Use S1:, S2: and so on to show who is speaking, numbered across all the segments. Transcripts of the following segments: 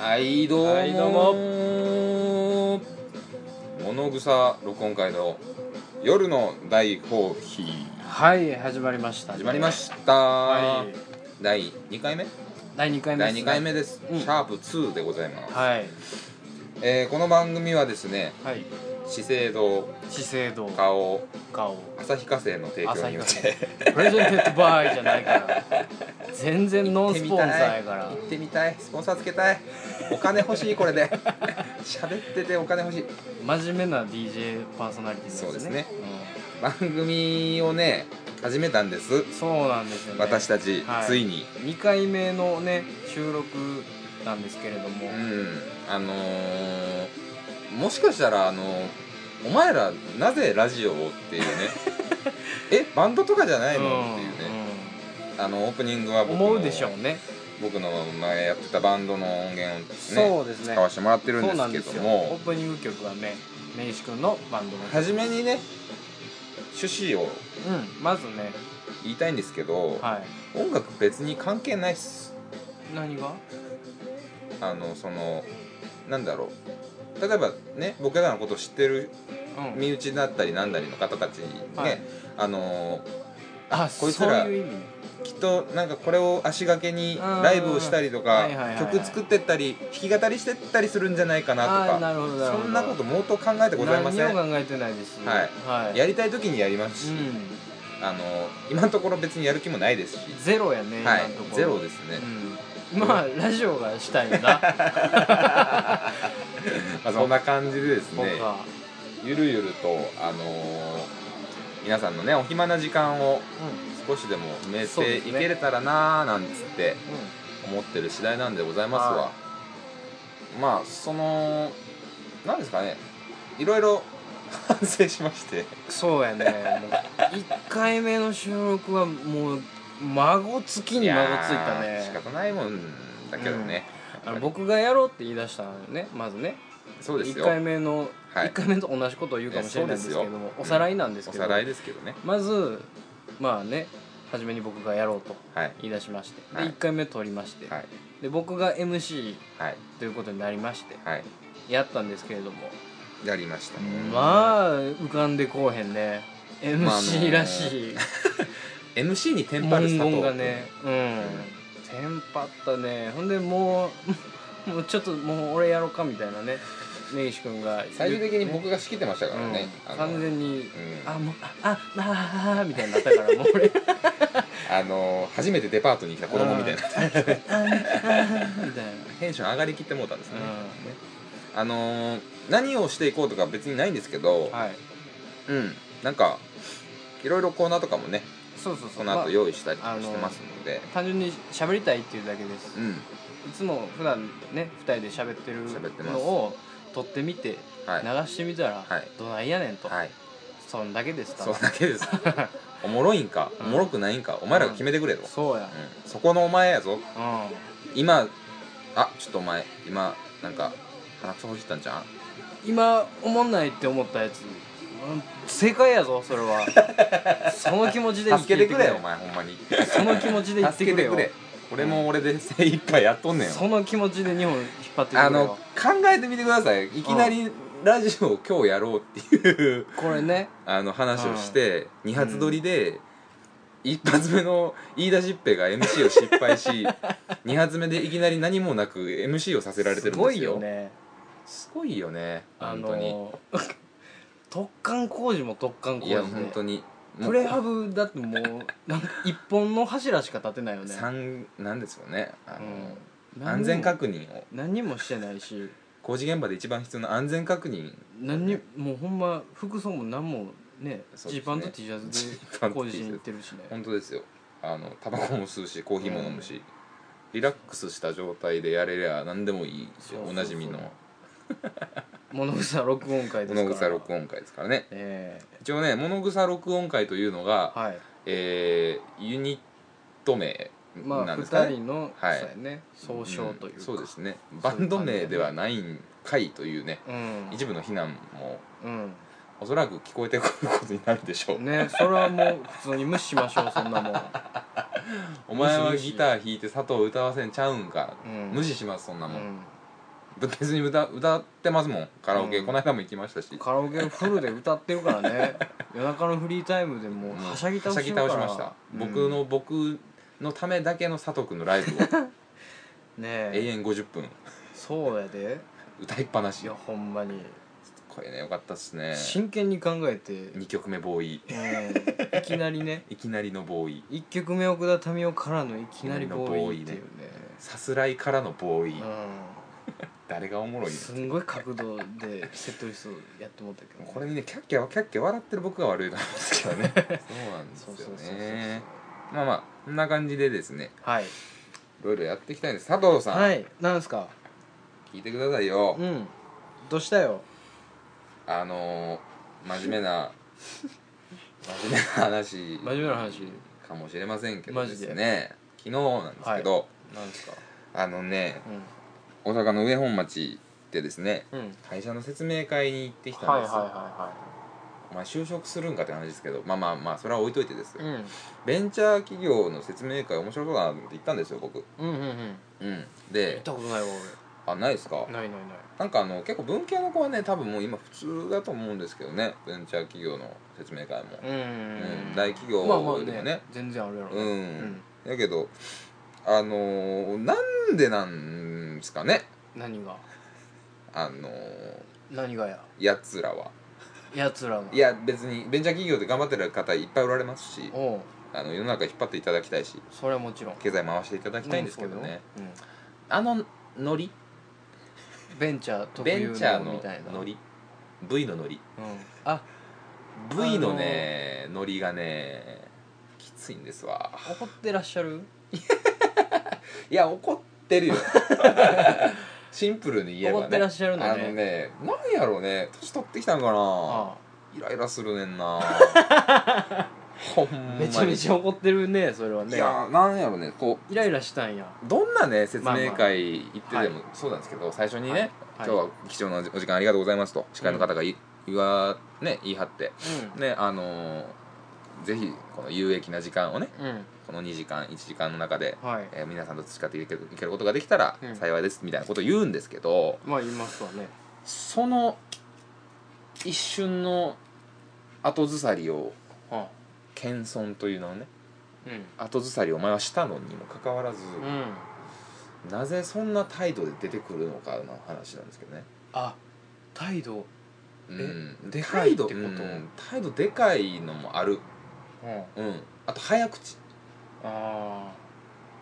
S1: はいどうも,、
S2: はいどうも
S1: 物草録音会の夜の大放棄
S2: はい始まりました
S1: 始まりました、
S2: はい
S1: 第2回目
S2: 第2回目
S1: 第
S2: ですね
S1: 2回目です、
S2: うん
S1: シャープ2でございます、
S2: はい
S1: えーこの番組はですね
S2: はい
S1: 資生堂
S2: 資生堂
S1: 花王
S2: 顔
S1: 旭化成の提供によっ
S2: 旭化
S1: て
S2: プレゼンテッドバイじゃないから全然ノンスポンサーやから
S1: 行ってみたいスポンサーつけたいお金欲しいこ れで喋っててお金欲しい
S2: 真面目な DJ パーソナリティですね
S1: そうですね番組をね始めたんです
S2: うんそうなんですよね
S1: 私たち、
S2: はい
S1: ついに
S2: 2回目のね収録なんですけれども、
S1: うんあのー、もしかしたらあのーお前らなぜラジオをってい うねえバンドとかじゃないのっていうね、あのオープニングは
S2: うん
S1: 僕の
S2: 思うでしょうね
S1: 僕の前やってたバンドの音源をですね
S2: そうですね
S1: 使わせてもらってるん
S2: そうなん
S1: で
S2: ですす
S1: けど
S2: よ
S1: も
S2: オープニング曲はね明石君のバンドの曲
S1: 初めにね趣旨を
S2: うんまずね
S1: 言いたいんですけど、
S2: はい
S1: 音楽別に関係ないっす
S2: 何が
S1: あのそのなんだろう例えばね僕らのことを知ってる
S2: うん
S1: 身内だったりなんだりの方たちにね、
S2: はい
S1: あの
S2: あ
S1: こいつら
S2: そういう意味ね
S1: きっとなんかこれを足掛けに
S2: うん
S1: ライブをしたりとか
S2: はいはいはいはい
S1: 曲作ってったり弾き語りしてったりするんじゃないかなと
S2: あー
S1: か
S2: なるほどるほ
S1: そ
S2: ど
S1: んなこともうと考えてございませ
S2: 何
S1: ん
S2: を考えてないです
S1: はい
S2: はい
S1: やりたい時にやりますし、
S2: う
S1: あの今のところ別にやる気もないですし、
S2: んゼロやね
S1: は
S2: 今のとこ
S1: い
S2: ろ
S1: ゼロですね、
S2: うんまあラジオがしたいな
S1: まあ、そんな感じでです
S2: 僕
S1: ね
S2: は
S1: ゆるゆるとあのー皆さんのねお暇な時間を少しでも埋め
S2: そう
S1: て
S2: で
S1: い
S2: すね
S1: けれたらなーなんつって
S2: うんうん
S1: 思ってる次第なんでございますわ
S2: は
S1: まあそのなんですかねいろいろ 反省しまして
S2: そうやねもう1回目の収録はもう孫つきに孫ついた
S1: やー
S2: ね
S1: 仕方ないもんだけどね、
S2: あの僕がやろうって言い出したのよねまずね
S1: そうです
S2: 1
S1: よ
S2: 回目の、
S1: はい
S2: 一回目と同じことを言うかもしれないんですけど
S1: えそう
S2: も
S1: ですよ
S2: おさらいなんです
S1: お
S2: けど、
S1: さらいですけどね
S2: まずまあね初めに僕がやろうと
S1: はい
S2: 言い出しまして、
S1: はい
S2: で1回目撮りまして、
S1: はい
S2: で僕が MC
S1: はい
S2: ということになりまして
S1: はい
S2: やったんですけれども
S1: やりましたね
S2: まあ浮かんでこうへんね
S1: まああの
S2: MC らしい
S1: MC にテンパる
S2: 文
S1: 佐藤
S2: 言がねうん、テンパったねほんでもう もうちょっともう俺やろうかみたいなね根岸君が言って
S1: 最終的に
S2: ね
S1: 僕が仕切ってましたからね、
S2: う
S1: あ
S2: ん、
S1: の
S2: 完全
S1: う
S2: に、
S1: ん
S2: あもうああああみたいになったからもう俺
S1: あのー初めてデパートに来た子供みたいな
S2: みたいな、
S1: テンション上がりきってもうたんですね、あのー何をしていこうとか別にないんですけど、
S2: うん、はい
S1: うんなんかいろいろコーナーとかもね
S2: そうそうそ
S1: そうの後
S2: ま
S1: 用意したりとかしてますので、
S2: あ単純に喋りたいっていうだけです、
S1: うん
S2: いつも普段ね2人で喋ってる
S1: 喋ってます
S2: のを撮ってみて
S1: は
S2: 流
S1: い
S2: してみたら、
S1: はい
S2: どないやねんと、
S1: はい
S2: そんだけですか
S1: そ
S2: ら
S1: うだけです おもろいんか、
S2: うん
S1: おもろくないんかお前らが決めてくれと、うん
S2: そうや
S1: そこのお前やぞ
S2: うん、
S1: 今あちょっとお前今なんか鼻くそほじったんじゃん
S2: 今おもんないって思ったやつ、うん正解やぞそれは その気持ちで
S1: 助けてくれよお
S2: お前
S1: 前ほんまに
S2: その気持ちで言って
S1: 助け
S2: くれ
S1: て
S2: よ
S1: くれ俺も俺で精一杯やっとんねんよ
S2: その気持ちで日本引っ張ってくれよ
S1: あの考えてみてくださいいきなりラジオを今日やろうっていう
S2: これね
S1: あの話をして2発撮りで一発目の言い出しっぺが MC を失敗 し2発目でいきなり何もなく MC をさせられてるんですよ
S2: ごいよね
S1: すごいよね
S2: あ
S1: 本当に
S2: の 突貫工事も突貫工
S1: い
S2: 事で
S1: や本当にも
S2: プ
S1: う
S2: レハブだってもうなんか一本の柱しか立てないよね、
S1: 三なんですよねあ
S2: うん、
S1: の安全確認を
S2: 何もしてないし
S1: 工事現場で一番必要な安全確認
S2: 何にもうほんま服装も何もね
S1: そうですね
S2: ジーパンと T シャツ
S1: ジーパン
S2: で
S1: と
S2: 工
S1: T シャツ
S2: 事しに行ってるしね
S1: 本当ですよあのタバコも吸うしコーヒーも飲むし、リラックスした状態でやれりゃ何でもいいですよ
S2: そうそうそう
S1: おなじみの
S2: 物草録音会ですから
S1: 物草録音会ですからね
S2: え
S1: 一応ね物草録音会というのが、
S2: えはい
S1: えーユニット名
S2: ま
S1: な
S2: あ
S1: んですかね、
S2: 二人の、
S1: はい
S2: そうやね総称というか、
S1: んそうですね
S2: そう
S1: バ
S2: いう感じ
S1: ンド名ではないんかいというね
S2: うん
S1: 一部の非難も
S2: うん
S1: おそらく聞こえてくることになるでしょう、
S2: ねそれはもう普通に無視しましょうそんなもん
S1: お前は
S2: 無視無視
S1: ギター弾いて佐藤歌わせんちゃうんか、
S2: うん
S1: 無視しますそんな
S2: う
S1: もん、
S2: ん
S1: 別に歌歌ってますもんカラオケ、
S2: うん
S1: この間も行きましたし
S2: カラオケのフルで歌ってるからね 夜中のフリータイムでもうはしゃぎ倒してるから
S1: はしゃぎ倒しました、
S2: うん
S1: 僕の僕のためだけの佐藤君のライブを
S2: ね
S1: 永
S2: え
S1: 遠50分
S2: そうやで
S1: 歌いっぱないし
S2: やほんまに
S1: これねよかったっすね
S2: 真剣に考えて、
S1: 2曲目ボーイ
S2: うんいきなりね
S1: いきなりのボーイ
S2: 1曲目奥田民生からのいきなりボーイっていうね
S1: さすらいからのボーイ、誰がおもろ
S2: うん
S1: いね
S2: すんごい角度でセットリストやってもらったけどね
S1: これにねキャッキャキャッキャ笑ってる僕が悪いなんですけどねそうなんです
S2: そ
S1: よ
S2: うそうそうそう
S1: ねまあまあこんな感じでですね
S2: はい
S1: いろいろやっていきたいんです佐藤さん、
S2: はいなんですか
S1: 聞いてくださいよ、
S2: うんどうしたよ
S1: あのー、真面目な真面目な話
S2: 真面目な話
S1: かもしれませんけど
S2: マ
S1: で
S2: ジです
S1: ね昨日なんですけど、
S2: なんですか
S1: あのね大阪の上本町でですね
S2: うんうん
S1: 会社の説明会に行ってきた
S2: は
S1: ん
S2: いはい
S1: ですよ、
S2: は
S1: まあ、就職するんかって話ですけどまあまあまあそれは置いといてですよ
S2: いはい
S1: ベンチャー企業の説明会面白そうだなと思って行ったんですよ僕
S2: うんうんうんうん
S1: うん
S2: 行っ
S1: で
S2: たことないわ
S1: あないですか
S2: 俺ないないない
S1: なんかあの結構文系の子はね多分もう今普通だと思うんですけどねベンチャー企業の説明会も
S2: うん
S1: うん大企業
S2: まあまあ
S1: でも
S2: ね
S1: ね
S2: 全然あるやろ
S1: うん、
S2: うん
S1: だけどあのーなんでなんですかね
S2: 何が
S1: あのー
S2: 何がや
S1: やつらは
S2: やつらの
S1: いや別にベンチャー企業で頑張ってる方いっぱいおられますし
S2: おう
S1: あの世の中引っ張っていただきたいし
S2: それはもちろん
S1: 経済回していただきたいんですけどね、
S2: うん
S1: あのノリ
S2: ベンチャー特
S1: ベ
S2: 有
S1: ンチャー
S2: のみ
S1: の
S2: たいな
S1: ノリ V のノリ
S2: うんあ
S1: V のねノリがねきついんですわ
S2: 怒ってらっしゃる
S1: いや怒って るよシンプルに言えばね
S2: 怒ってらっしゃるのね
S1: あのねなんやろうね年取ってきたんかな
S2: あ
S1: イライラするねん なほんま
S2: あ
S1: に
S2: めちゃめちゃ怒ってるねそれはね
S1: いやなんやろうねこう
S2: イライラしたんや
S1: どんなね説明
S2: まあまあ
S1: 会行ってでもそうなんですけど、最初にね、
S2: はい
S1: 今日は貴重なお時間ありがとうございますと司会の方がい、言わね言い張ってねあのーぜひこの有益な時間をね
S2: うんうん
S1: この2時間1時間の中で、
S2: はい
S1: えー皆さんと培っていけるいけることができたら
S2: うん
S1: 幸いですみたいなことを言うんですけど、
S2: まあ言いますわね
S1: その一瞬の後ずさりを
S2: は
S1: 謙遜というのをね
S2: あうん
S1: 後ずさりをお前はしたのにもかかわらず、
S2: うん
S1: なぜそんな態度で出てくるのかの話なんですけどね。
S2: あ態度
S1: うん、
S2: で
S1: で
S2: か
S1: か
S2: い
S1: い
S2: っ
S1: ってて
S2: こ
S1: ことと、うん態度でかいのもある、
S2: うん
S1: うん、あと早口
S2: あ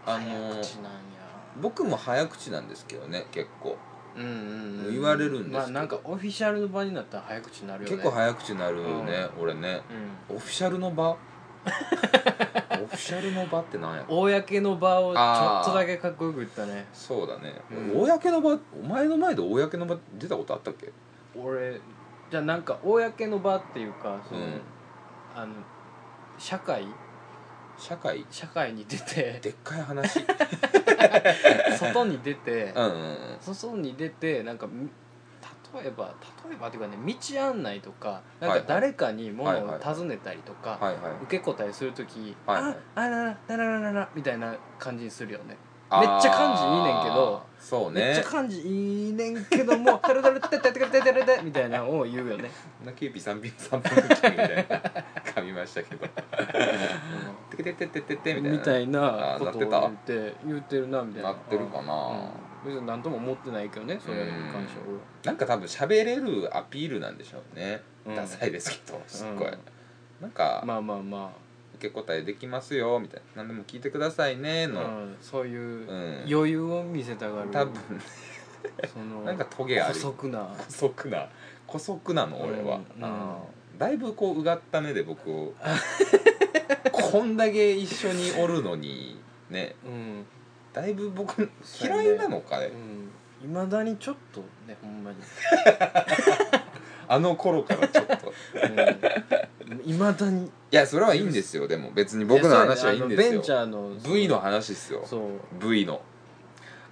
S2: あ
S1: あの
S2: 早口なんや
S1: 僕も早口なんですけどね結構
S2: うんうんうん
S1: 言われるんですけど
S2: まあなんかオフィシャルの場になったら早口になるよね
S1: 結構早口になるね、俺ね
S2: うん
S1: オフィシャルの 場オフィシャルの場ってなんや
S2: 公の場をちょ
S1: あ
S2: っ
S1: ー
S2: とだけかっこよく言ったね
S1: そうだね、
S2: うん
S1: 公の場お前の前で公の場出たことあったっけ
S2: 俺じゃあなんか公の場っていうかその、
S1: うん
S2: あの社会
S1: 社会
S2: 社会に出 て
S1: でっかい 話
S2: 外に出て
S1: うんうんうん
S2: 外に出てなんかみ例えば例えばっていうかね道案内とかなん
S1: はい
S2: か
S1: はい
S2: 誰かに物
S1: はい
S2: を
S1: はい
S2: 尋ねたりとか、
S1: はいはい
S2: 受け答えする時「
S1: はいはい
S2: ああららららららら」みたいな感じにするよね
S1: あー
S2: めっちゃ感じいいねんけど
S1: そう
S2: めっち
S1: ね
S2: ゃ感じいいねんけども「タルタルタタタタタタタ」みたいなのを言うよね
S1: なキューピー3ピン3分のキみたいな噛みましたけ ど「てけててててて」みたいな
S2: みたいな
S1: あー
S2: ことを言
S1: な
S2: っ
S1: って
S2: 言ってるなみたいな
S1: なってるかな、
S2: うん、別に何とも思ってないけどねそれに関しては俺は
S1: なんか多分喋れるアピールなんでしょうね、
S2: うん
S1: ダサいですけどすっごい、
S2: うん
S1: なんか、
S2: まあまあま
S1: 受け答えできますよみたいな何でも聞いてくださいね
S2: あ、
S1: の、
S2: うん、そういう
S1: うん
S2: 余裕を見せたがる
S1: 多分
S2: その
S1: なんかトゲあ
S2: 補
S1: る
S2: 足な
S1: 古速な古速なの俺は、
S2: うん
S1: あーだいぶこううがった目で僕 をこんだけ一緒におるのにね
S2: うん
S1: だいぶ僕
S2: そうやね
S1: 嫌いなのかね
S2: いま、未だにちょっとねほんまに
S1: あの頃からちょっと
S2: いま、未だ に
S1: いやそれはいいんですよでも別に僕の話はいいんで
S2: やそうやねあのベン
S1: す
S2: チ
S1: よ
S2: ャーの
S1: V の話ですよ
S2: そう
S1: V の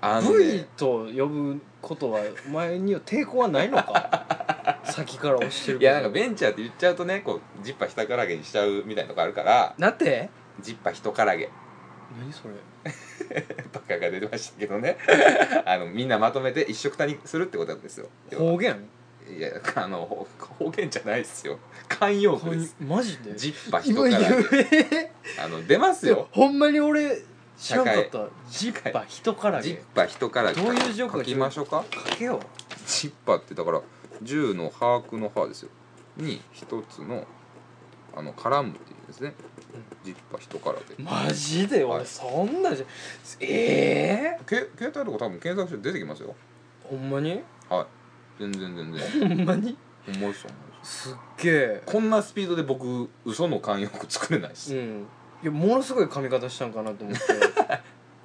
S1: あのね
S2: V と呼ぶことはお前には抵抗はないの か先から押してる
S1: いやなんかベンチャーって言っちゃうとねこうジッパひたからげにしちゃうみたいなとこあるから
S2: なって
S1: ジッパひとからげ
S2: 何それ
S1: バカが出てましたけどね あのみんなまとめて一緒くたにするってことなんですよ
S2: 方言
S1: いやあの方方言じゃないですよ慣用句です
S2: マジで
S1: ジッパ人
S2: 今
S1: か
S2: 言
S1: ら
S2: う え
S1: あの出ます
S2: ー
S1: よ
S2: ほんまに俺知らんか
S1: 社
S2: ったジッパ人から
S1: ジッ
S2: げ
S1: パ人から
S2: どういう状況
S1: 書きましょうか
S2: かけよ
S1: ジッパってだから10の把握の把ですよに一つのあの絡むっていうんですねジッパ人からで
S2: うマジで
S1: は
S2: 俺
S1: い
S2: そんなじゃええ
S1: け携帯とか多分検索して出てきますよ
S2: ほんまに
S1: はい全然全然
S2: ほんまに
S1: ほんまですほんまです
S2: すっげえ
S1: こんなスピードで僕嘘の慣用句作れないです、
S2: うんいやものすごい髪型したんかな と思って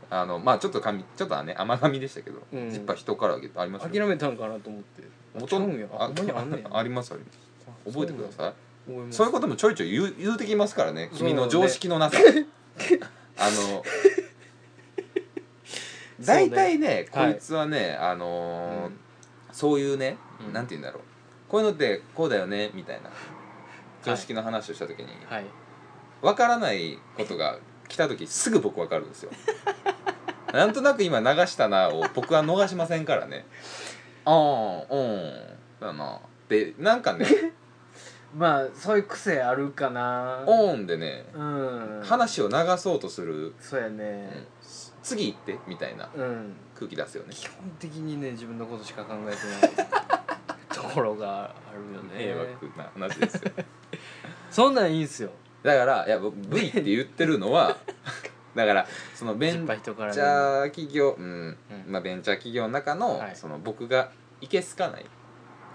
S1: あのまあちょっと髪ちょっとはね甘髪でしたけど、
S2: うん
S1: ジッパ人からあげてあります
S2: 諦めたんかなと思ってあちゃうんやあほんまにあんねん
S1: ありますあります覚えてくだ
S2: い
S1: さい
S2: 覚えます
S1: そういうこともちょいちょい言う言うてきますからね君の常識のなさ、 あの大体ねこ
S2: はい
S1: いつはね、あのー
S2: うん
S1: そういうね、
S2: うん
S1: なんて言うんだろうこういうのってこうだよねみたいな常識の話をした時に、
S2: はい
S1: 分からないことが来た時すぐ僕分かるん ですよなんとなく今流したなを僕は逃しませんからねああうんだなでなん かね
S2: まあそういう癖あるかな
S1: オンでね
S2: うん
S1: 話を流そうとする、
S2: そうや
S1: う
S2: ね
S1: ん次行ってみたいな
S2: うん
S1: 空気出すよね
S2: 基本的にね自分のことしか考 えてないところがあるよ
S1: 迷
S2: ね
S1: 惑な話ですよ
S2: そんなんいいんすよ
S1: だからいや僕 V って言ってるのは だからそのベ
S2: 失
S1: ン
S2: 敗人から
S1: チ
S2: ね
S1: ャー企業、うん
S2: うん
S1: まあ、ベンチャー企業の中の,、
S2: はい
S1: その僕がいけすかない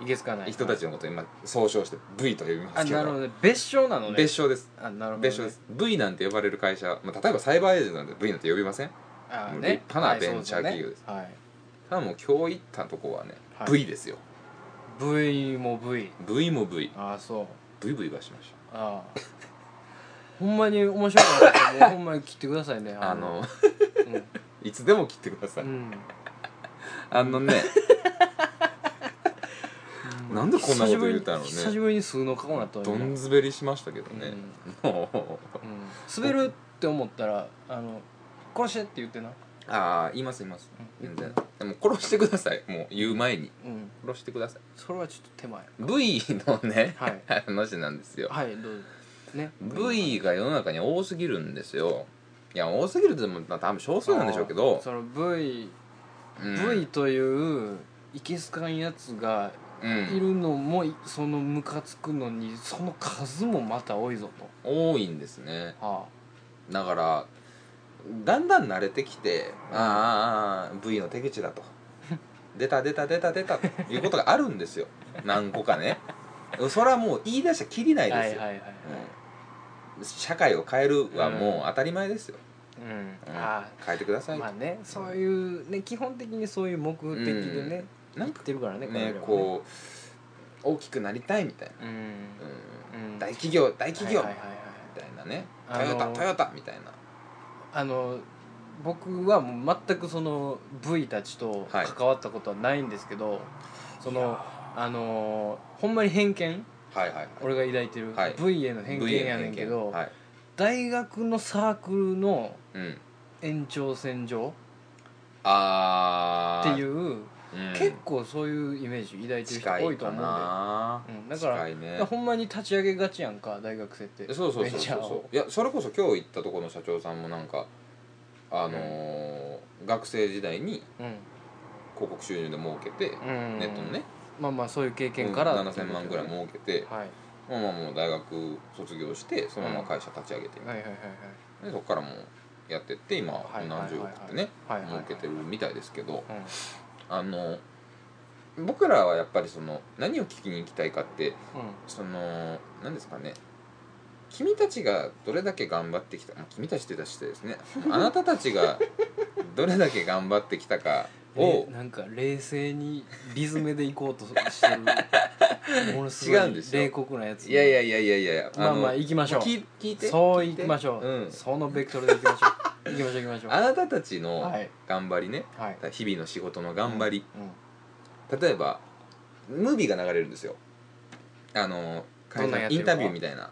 S2: いけすかない
S1: 人たちのことを今総称して V と呼びま
S2: あ
S1: すけど
S2: なるほどね別称なのね
S1: 別称です
S2: あなるほどね
S1: 別称です、V なんて呼ばれる会社、まあ、例えばサイバーエージェントなんて V なんて呼びません
S2: あ
S1: もう
S2: ね
S1: 立派な
S2: はい
S1: ベンチャー企業です
S2: そう
S1: ただもう今日行ったとこはね、
S2: はい
S1: V ですよ
S2: すよねはい V も V
S1: V も VVV
S2: ああそう
S1: がしまし
S2: ああほんまに面白かったらもうほんまに切ってく ださいね
S1: たあの
S2: うん
S1: いつでも切ってください、
S2: うん
S1: あのねなんでこんなこと言うたのね
S2: 久しぶりに数の顔になったわ
S1: ど
S2: 今
S1: ん滑りしましたけどね、もう
S2: うんうん滑るって思ったらあの殺してって言ってな
S1: ああ言います言います
S2: う
S1: 全
S2: ん
S1: 然でも殺してくださいもう言う前に
S2: うん
S1: 殺してください
S2: それはちょっと手前
S1: V のね、
S2: はい
S1: 話なんですよ
S2: はいどうぞね
S1: V が世の中に多すぎるんですよいや多すぎるってもまあ多分少数なんでしょうけど、
S2: その V
S1: うん
S2: V といういけすかんやつが
S1: うん
S2: いるのもいそのムカつくのにその数もまた多いぞ
S1: 多いんですね
S2: とは
S1: だからだんだん慣れてきてあーあーあー V の手口だ と出た出た出た出たということがあるんですよ何個かねそれはもう言い出したらきりない
S2: あ
S1: ですよ、
S2: はいはいはいはい
S1: うん社会を変えるはもう当たり前ですよ、
S2: うん
S1: うん
S2: あ
S1: 変えてくださ
S2: あ
S1: い、
S2: まあねそういうね基本的にそういう目的でね
S1: な
S2: 言
S1: ん
S2: っ
S1: か
S2: てるからね
S1: ね
S2: 彼らは
S1: こう大きくなりたいみたいな、
S2: うん
S1: う
S2: うん
S1: ん、大企業大企業
S2: はい
S1: み
S2: はいはいはい
S1: たいなね、
S2: あの
S1: トヨタトヨタみたいな
S2: あの僕はもう全くその V たちと
S1: はい
S2: 関わったことはないんですけど、そのあのほんまに偏見
S1: はいはい
S2: 俺が抱いてる、
S1: はい
S2: V への偏見
S1: V への
S2: やねんけど、
S1: はい
S2: 大学のサークルの
S1: うん、
S2: 延長線上
S1: あ
S2: っ
S1: ー
S2: ていう
S1: うん
S2: 結構そういうイメージ抱いてる人
S1: 近
S2: 多
S1: い
S2: いと
S1: か
S2: 思うん
S1: な
S2: で、うん、だから
S1: 近いね
S2: だからほんまに立ち上げがちやんか大学生って
S1: そうそう
S2: ベ
S1: そ
S2: ン
S1: う
S2: チャ
S1: そ
S2: ー
S1: う
S2: を
S1: いやそれこそ今日行ったところの社長さんもなんかあのー学生時代に広告収入で儲けて、
S2: うんうん
S1: ネットのね
S2: まあまあそういう経験から、
S1: うん7000万ぐらい儲けて、
S2: はい
S1: まあまあもう大学卒業してそのまま会社立ち上げてみた
S2: はいいはいはいはい
S1: な、でそこからもうやってって今
S2: はい
S1: 何十億ってね
S2: はいはいはい
S1: 儲けてるみたいですけど
S2: うん
S1: あの僕らはやっぱりその何を聞きに行きたいかって
S2: う
S1: その何ですかね君たちがどれだけ頑張ってきた、まあ、君たちって出してですねあなたたちがどれだけ頑張ってきたか
S2: ん
S1: を
S2: えなんか冷静にリズムでいこうとしてるものす
S1: 違
S2: ご
S1: うん
S2: い
S1: ですよ
S2: 冷酷なやつ
S1: いやいやいやいやいや
S2: まあまあ
S1: の
S2: 行きましょう
S1: 聞い聞いて
S2: そう
S1: 聞
S2: 行
S1: て
S2: きましょう、
S1: うん
S2: そのベクトルで行きましょう行きましょう行きましょう
S1: あなたたちの
S2: はい
S1: 頑張りね、
S2: はい
S1: 日々の仕事の頑張り、
S2: うん
S1: 例えばムービーが流れるんですよあの
S2: どんなんやって
S1: イン
S2: るか
S1: タビューみたいな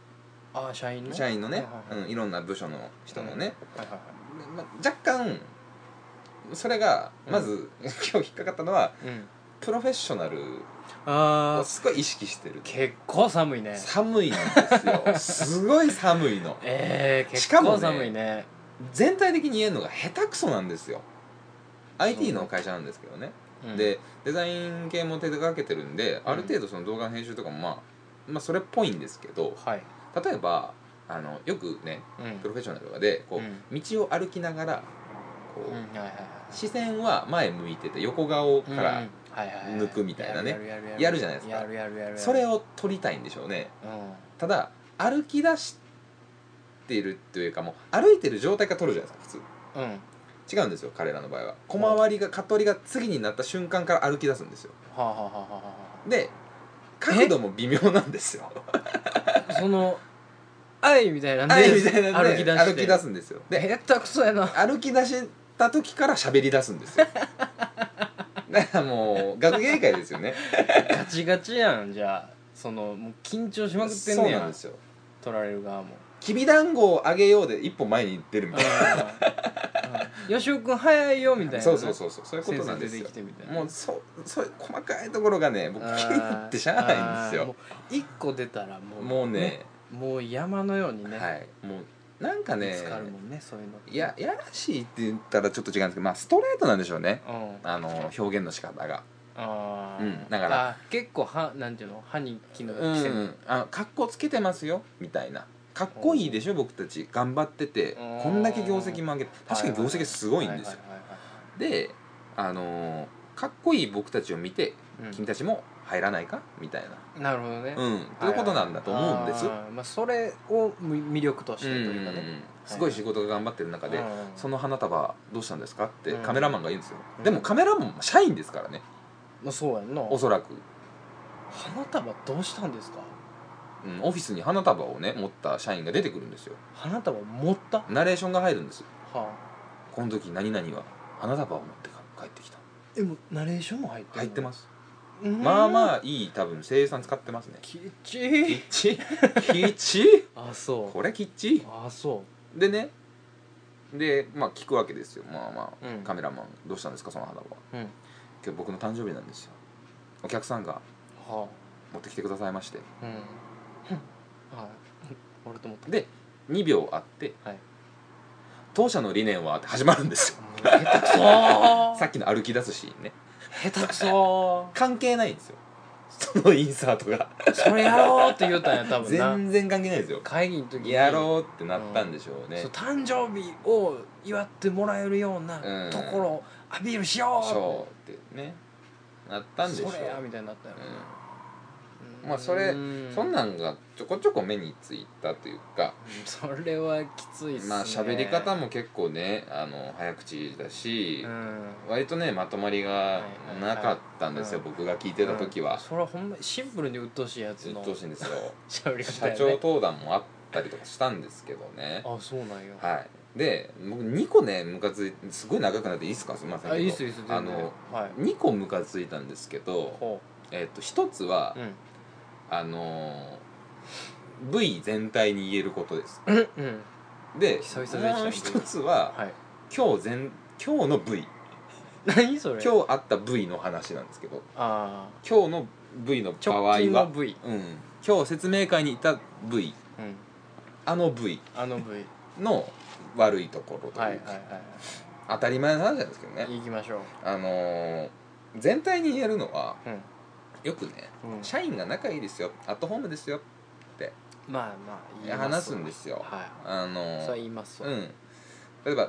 S2: ああ社員の
S1: 社員のね
S2: はいはい
S1: うんいろんな部署の人のね、
S2: はいはいはい
S1: ま若干それが
S2: うん
S1: まず、 今日引っかかったのは
S2: うん、
S1: プロフェッショナル
S2: あ
S1: を
S2: ー
S1: すごい意識してる
S2: 結構寒いね
S1: 寒いんです よすごい寒いの
S2: えー、
S1: し
S2: 結
S1: かも
S2: 構
S1: ね
S2: 寒いね
S1: 全体的に言えるのが下手くそなんですよ IT の会社なんですけどね、
S2: うん
S1: でデザイン系も手掛けてるんで、ある程度その動画の編集とかも、まあ、まあそれっぽいんですけど
S2: はい、
S1: 例えばあのよくね
S2: うん
S1: プロフェッショナルとかでこう、道を歩きながらこう、
S2: うんはいはいはい
S1: 視線は前向いてて横顔か
S2: う
S1: ら
S2: んはいはいはい
S1: 抜くみたいなね
S2: やるやるやる
S1: やるじゃないですか
S2: やるやるやる
S1: それ
S2: を、
S1: を撮りたいんでしょうね
S2: うん
S1: ただ歩き出してるっていうかもう歩いてる状態から撮るじゃないですか
S2: うん、
S1: 普通違うんですよ彼らの場合は小回りがカット割りが次になった瞬間から歩き出すんですよ
S2: はあ、はあはあは
S1: で角度も微妙なんですよ
S2: あはあ、その「あい」みたいなね
S1: はいみたいなね
S2: 歩き出して
S1: 歩き出すんですよで
S2: で下手くそやな
S1: 歩き出した時から喋り出すんですよ だからもう学芸会ですよね
S2: ガチガチやんじゃあそのもう緊張しまくってん
S1: そう
S2: ね
S1: なん
S2: や
S1: ですよ
S2: 取られる側も
S1: きびだんごをあげようで一歩前に出るみたいな
S2: よしお君早いよみたいな
S1: そうそうそうそうそういうことなんで
S2: 先生
S1: す
S2: 出
S1: よ
S2: てきてみたいな
S1: もうそそういう細かいところがね僕気になってしゃあないんですよ
S2: 1個出たらもう
S1: もうね
S2: もう山のようにね、
S1: はいもうなんか
S2: 見
S1: ね
S2: つかるもんねそういうの
S1: いややらしいって言ったらちょっと違うんですけどまあストレートなんでしょうね
S2: うん
S1: あの表現の仕方が
S2: あー、
S1: うんだから
S2: あ結構はなんていうの歯に
S1: う
S2: 衣着せる、
S1: んあの格好つけてますよみたいなかっこいいでしょ僕たち頑張っててこんだけ業績も上げて確かに業績すごいんですよ
S2: はいはいはい
S1: であのーかっこいい僕たちを見て
S2: はい
S1: 君たちも入らないかみたいな
S2: うんなるほどね、
S1: うんということなんだと思うんです
S2: あーまあ、それをみ魅力としてというか
S1: うんうんう
S2: ね、
S1: んすごい仕事が頑張ってる中で、
S2: うん
S1: その花束どうしたんですかって
S2: うん
S1: カメラマンが言うんですよ、
S2: うん
S1: でもカメラマンも社員ですからね
S2: まあ、そうやんな
S1: おそらく、
S2: 花束どうしたんですか
S1: うん、オフィスに花束をね持った社員が出てくるんですよ
S2: 花束持ったは
S1: ナレーションが入るんです
S2: あ
S1: この時何々は花束を持って帰ってきた
S2: でもナレーションも入ってる
S1: 入ってます、
S2: す
S1: まあま
S2: あ
S1: あいい多分声優さん使ってますね
S2: きっち
S1: キ
S2: ー
S1: ッ チキッチ
S2: あそ
S1: これキッチ
S2: うあそ
S1: でねでまあ聞くわけですよまあまあ、
S2: うん
S1: カメラマンどうしたんですかその花束
S2: ううん
S1: 今日僕の誕生日なんですよお客さんが
S2: は
S1: 持ってきてくださいまして
S2: あうんはい 俺と思った
S1: で2秒あって
S2: はい
S1: 当社の理念はって始まるん ですよ
S2: もう下手くそ
S1: さっきの歩き出すシーンね
S2: ー下手くそ
S1: 関係ないんですよそのインサートが
S2: ーそれやろうって言うたんや多分な
S1: 全然関係ないですよ
S2: 会議の時に
S1: やろうってなったんでしょうね
S2: そう誕生日を祝ってもらえるよう
S1: うん
S2: なところをアピールしよう
S1: そうってねなったんでしょう
S2: それやみたいになったよ、
S1: うんまあそれ
S2: うん
S1: そんなんがちょこちょこ目についたというか
S2: それはきついっすね
S1: まあ喋り方も結構ねあの早口だし
S2: うん
S1: 割とねまとまりがなかったんですよ
S2: は
S1: 僕が聞いてた時は
S2: それはほんまにシンプルに鬱陶しいやつ
S1: ずっ
S2: の
S1: と欲しいんですよ
S2: 喋り方
S1: 社
S2: やね
S1: 長登壇もあったりとかしたんですけどね
S2: あそうなんよ
S1: はいで僕2個ねムカついすごい長くなっていいですかすいませんけど
S2: あいいっすよいいっすよ
S1: あ
S2: 全然
S1: の
S2: はい
S1: 2個ムカついたんですけど、
S2: ほ
S1: えっと1つは
S2: う、うん
S1: あのー V 全体に言えることです
S2: うんうん
S1: で
S2: 久々でしたね
S1: もう1つは、
S2: はい
S1: 今日全今日の V
S2: 何それ
S1: 今日あった V の話なんですけど
S2: ああ
S1: 今日の V の場合
S2: 直近の
S1: は、
S2: V
S1: うん、今日説明会にいた V
S2: うん
S1: あの V
S2: あの V
S1: の悪いところというか、
S2: はいはいはい
S1: 当たり前の話なんですけどね
S2: はい行きましょう
S1: あのー全体に言えるのは
S2: うん
S1: よくね
S2: うん
S1: 社員が仲いいですよアットホームですよ
S2: まあまあ言いま
S1: 話すんですよ
S2: は
S1: あの
S2: い
S1: ー
S2: それは言いますわ
S1: うん例えば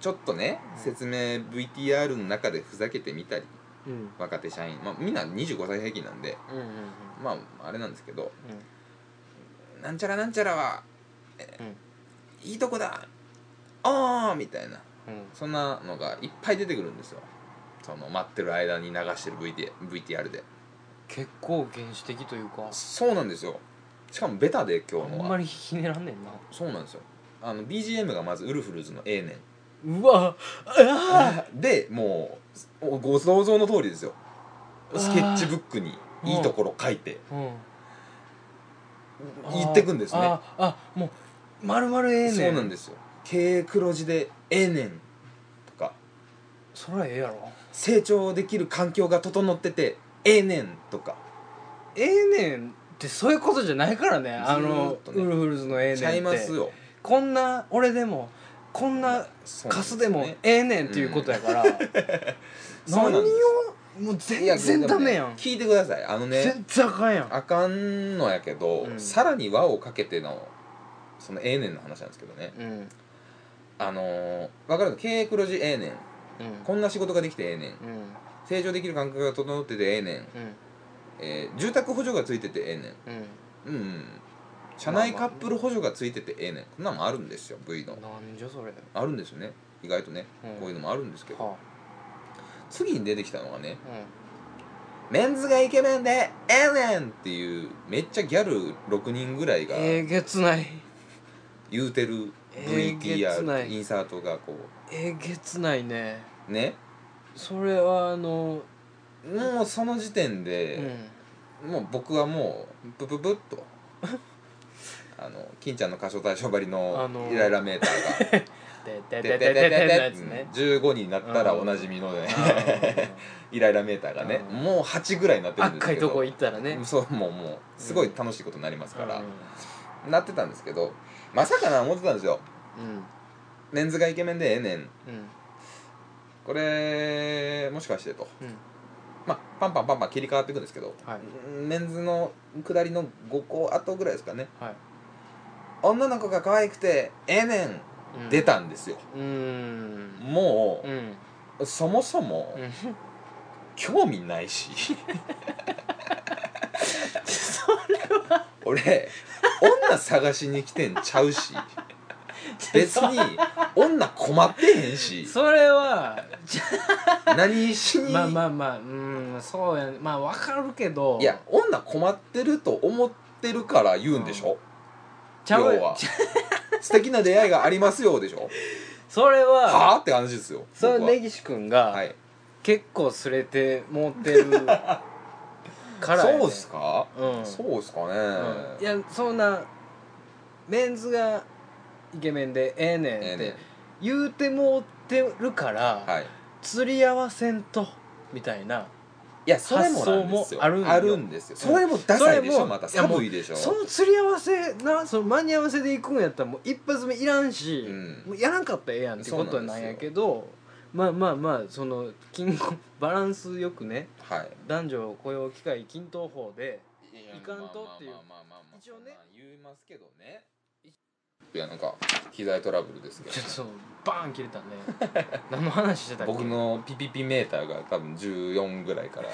S1: ちょっとね
S2: うん
S1: 説明 VTR の中でふざけてみたり
S2: うん
S1: 若手社員、まあ、みんな25歳平均なんで
S2: うんうんうん
S1: まああれなんですけど
S2: うん
S1: なんちゃらなんちゃらは、えいいとこだあーみたいな
S2: うん
S1: そんなのがいっぱい出てくるんですよその待ってる間に流してる VT VTR で
S2: 結構原始的というか
S1: そうなんですよしかもベタで今
S2: あ
S1: 日の
S2: んま
S1: は
S2: りひねらんねんな
S1: そうなんですよあの BGM がまずウルフルズの「ええねん
S2: うわあ」
S1: でもうおご想像の通りですよ
S2: うわ
S1: スケッチブックにいいところ書いて
S2: あうん
S1: 言ってくんですね
S2: あああもうまるまるええねん
S1: そうなんですよ経営黒字で「ええねん」とか
S2: そりゃええやろ
S1: 成長できる環境が整っててええねんとか
S2: ええねんってそういうことじゃないからねあ
S1: ずー
S2: の
S1: っとね
S2: ウルフルズのええねんって
S1: ちゃいますよ
S2: こんな俺でもこんなカスでもええねんっていうことやから、
S1: そう
S2: 何
S1: な
S2: を
S1: んです
S2: もう
S1: いや
S2: 全然ダメやん、
S1: でもね聞いてくださいあのね
S2: 全然あかんやん
S1: あかんのやけど、
S2: うん
S1: さらに輪をかけてのそのええねんの話なんですけどね
S2: うんうん
S1: あのー、分かる経営黒字ええねんこんな仕事ができてええねん
S2: うん
S1: 成長できる環境が整っててええねん、
S2: うん
S1: えー住宅補助がついててええねん
S2: う
S1: うんうん社内カップル補助がついててええねんこんなんもあるんですよ V の
S2: んなんじゃそれ
S1: あるんですよね意外とね、
S2: うん
S1: こういうのもあるんですけど
S2: は
S1: 次に出てきたのがね
S2: あう
S1: 「
S2: ん
S1: メンズがイケメンでええねん!」っていうめっちゃギャル6人ぐらいが
S2: えげつない
S1: 言うてる
S2: えげつな
S1: VTR
S2: い
S1: インサートがこ
S2: えげつないね
S1: うね
S2: それはあの
S1: もうその時点
S2: う
S1: で、
S2: ん
S1: もう僕はもうブブブッ とあの金ちゃんの歌唱大賞ばり
S2: あ
S1: の
S2: の
S1: イライラメーター が「
S2: で
S1: てて
S2: でで
S1: て
S2: で
S1: て
S2: ででの
S1: て
S2: やつね
S1: 15になったらおなじみのね イライラメーターがね
S2: うん
S1: もう8ぐらいになってるんです
S2: 赤
S1: け
S2: い
S1: ど
S2: とこ行ったらね
S1: そうもうもうすごい楽しいことになりますから、
S2: う
S1: なってたんですけどまさかな思ってたんですよ
S2: ん
S1: メンズがイケメンでええねん
S2: うん
S1: これもしかしてと
S2: うん
S1: まあパンパンパンパン切り替わっていくんですけど
S2: はい
S1: メンズの下りの5個後ぐらいですかね
S2: はい
S1: 女の子が可愛くてええねん
S2: うん
S1: 出たんですよ、
S2: うん
S1: も
S2: うんうん
S1: う、そもそも、興味ないし
S2: それ
S1: 俺女探しに来てんちゃうし別に女困ってへんし
S2: それは
S1: 何しに、
S2: まあまあまあうんそうやねまあわかるけど
S1: いや女困ってると思ってるから言うんでしょ、
S2: ちゃう
S1: 要は素敵な出会いがありますよでしょ
S2: それは
S1: はあって話ですよ
S2: それは
S1: 僕は
S2: 根岸君が
S1: はい
S2: 結構すれてもうてるからやね
S1: そうっすか、
S2: うん
S1: そうっすかね、
S2: うんいやそんなメンズがイケメンでええね
S1: え
S2: ん
S1: え
S2: っ
S1: ね
S2: て言うてもうてるから、
S1: はい
S2: 釣り合わせんとみたいない
S1: やそれもなんですよ
S2: 発想も
S1: あ
S2: あ
S1: る
S2: る
S1: ん
S2: ん
S1: ですよ
S2: うん
S1: それもダサいでし
S2: そ
S1: ょ
S2: れも
S1: また
S2: いやもう
S1: 寒いでしょ
S2: その釣り合わせなその間に合わせで行くんやったらもう一発目いらんし、
S1: うん
S2: もうやらんかったらええやんってことなんやけどまあまあまあその均衡バランスよくね
S1: はい
S2: 男女雇用機会均等法でやいかんとっていう
S1: まあまあまあまあまあ
S2: 一応
S1: そんな
S2: ね
S1: ん言いますけどねいやなんか機材トラブルですけど
S2: ちょっとそのバーン切れたね 何の話してたっけ
S1: 僕のピピピメーターが多分14ぐらいから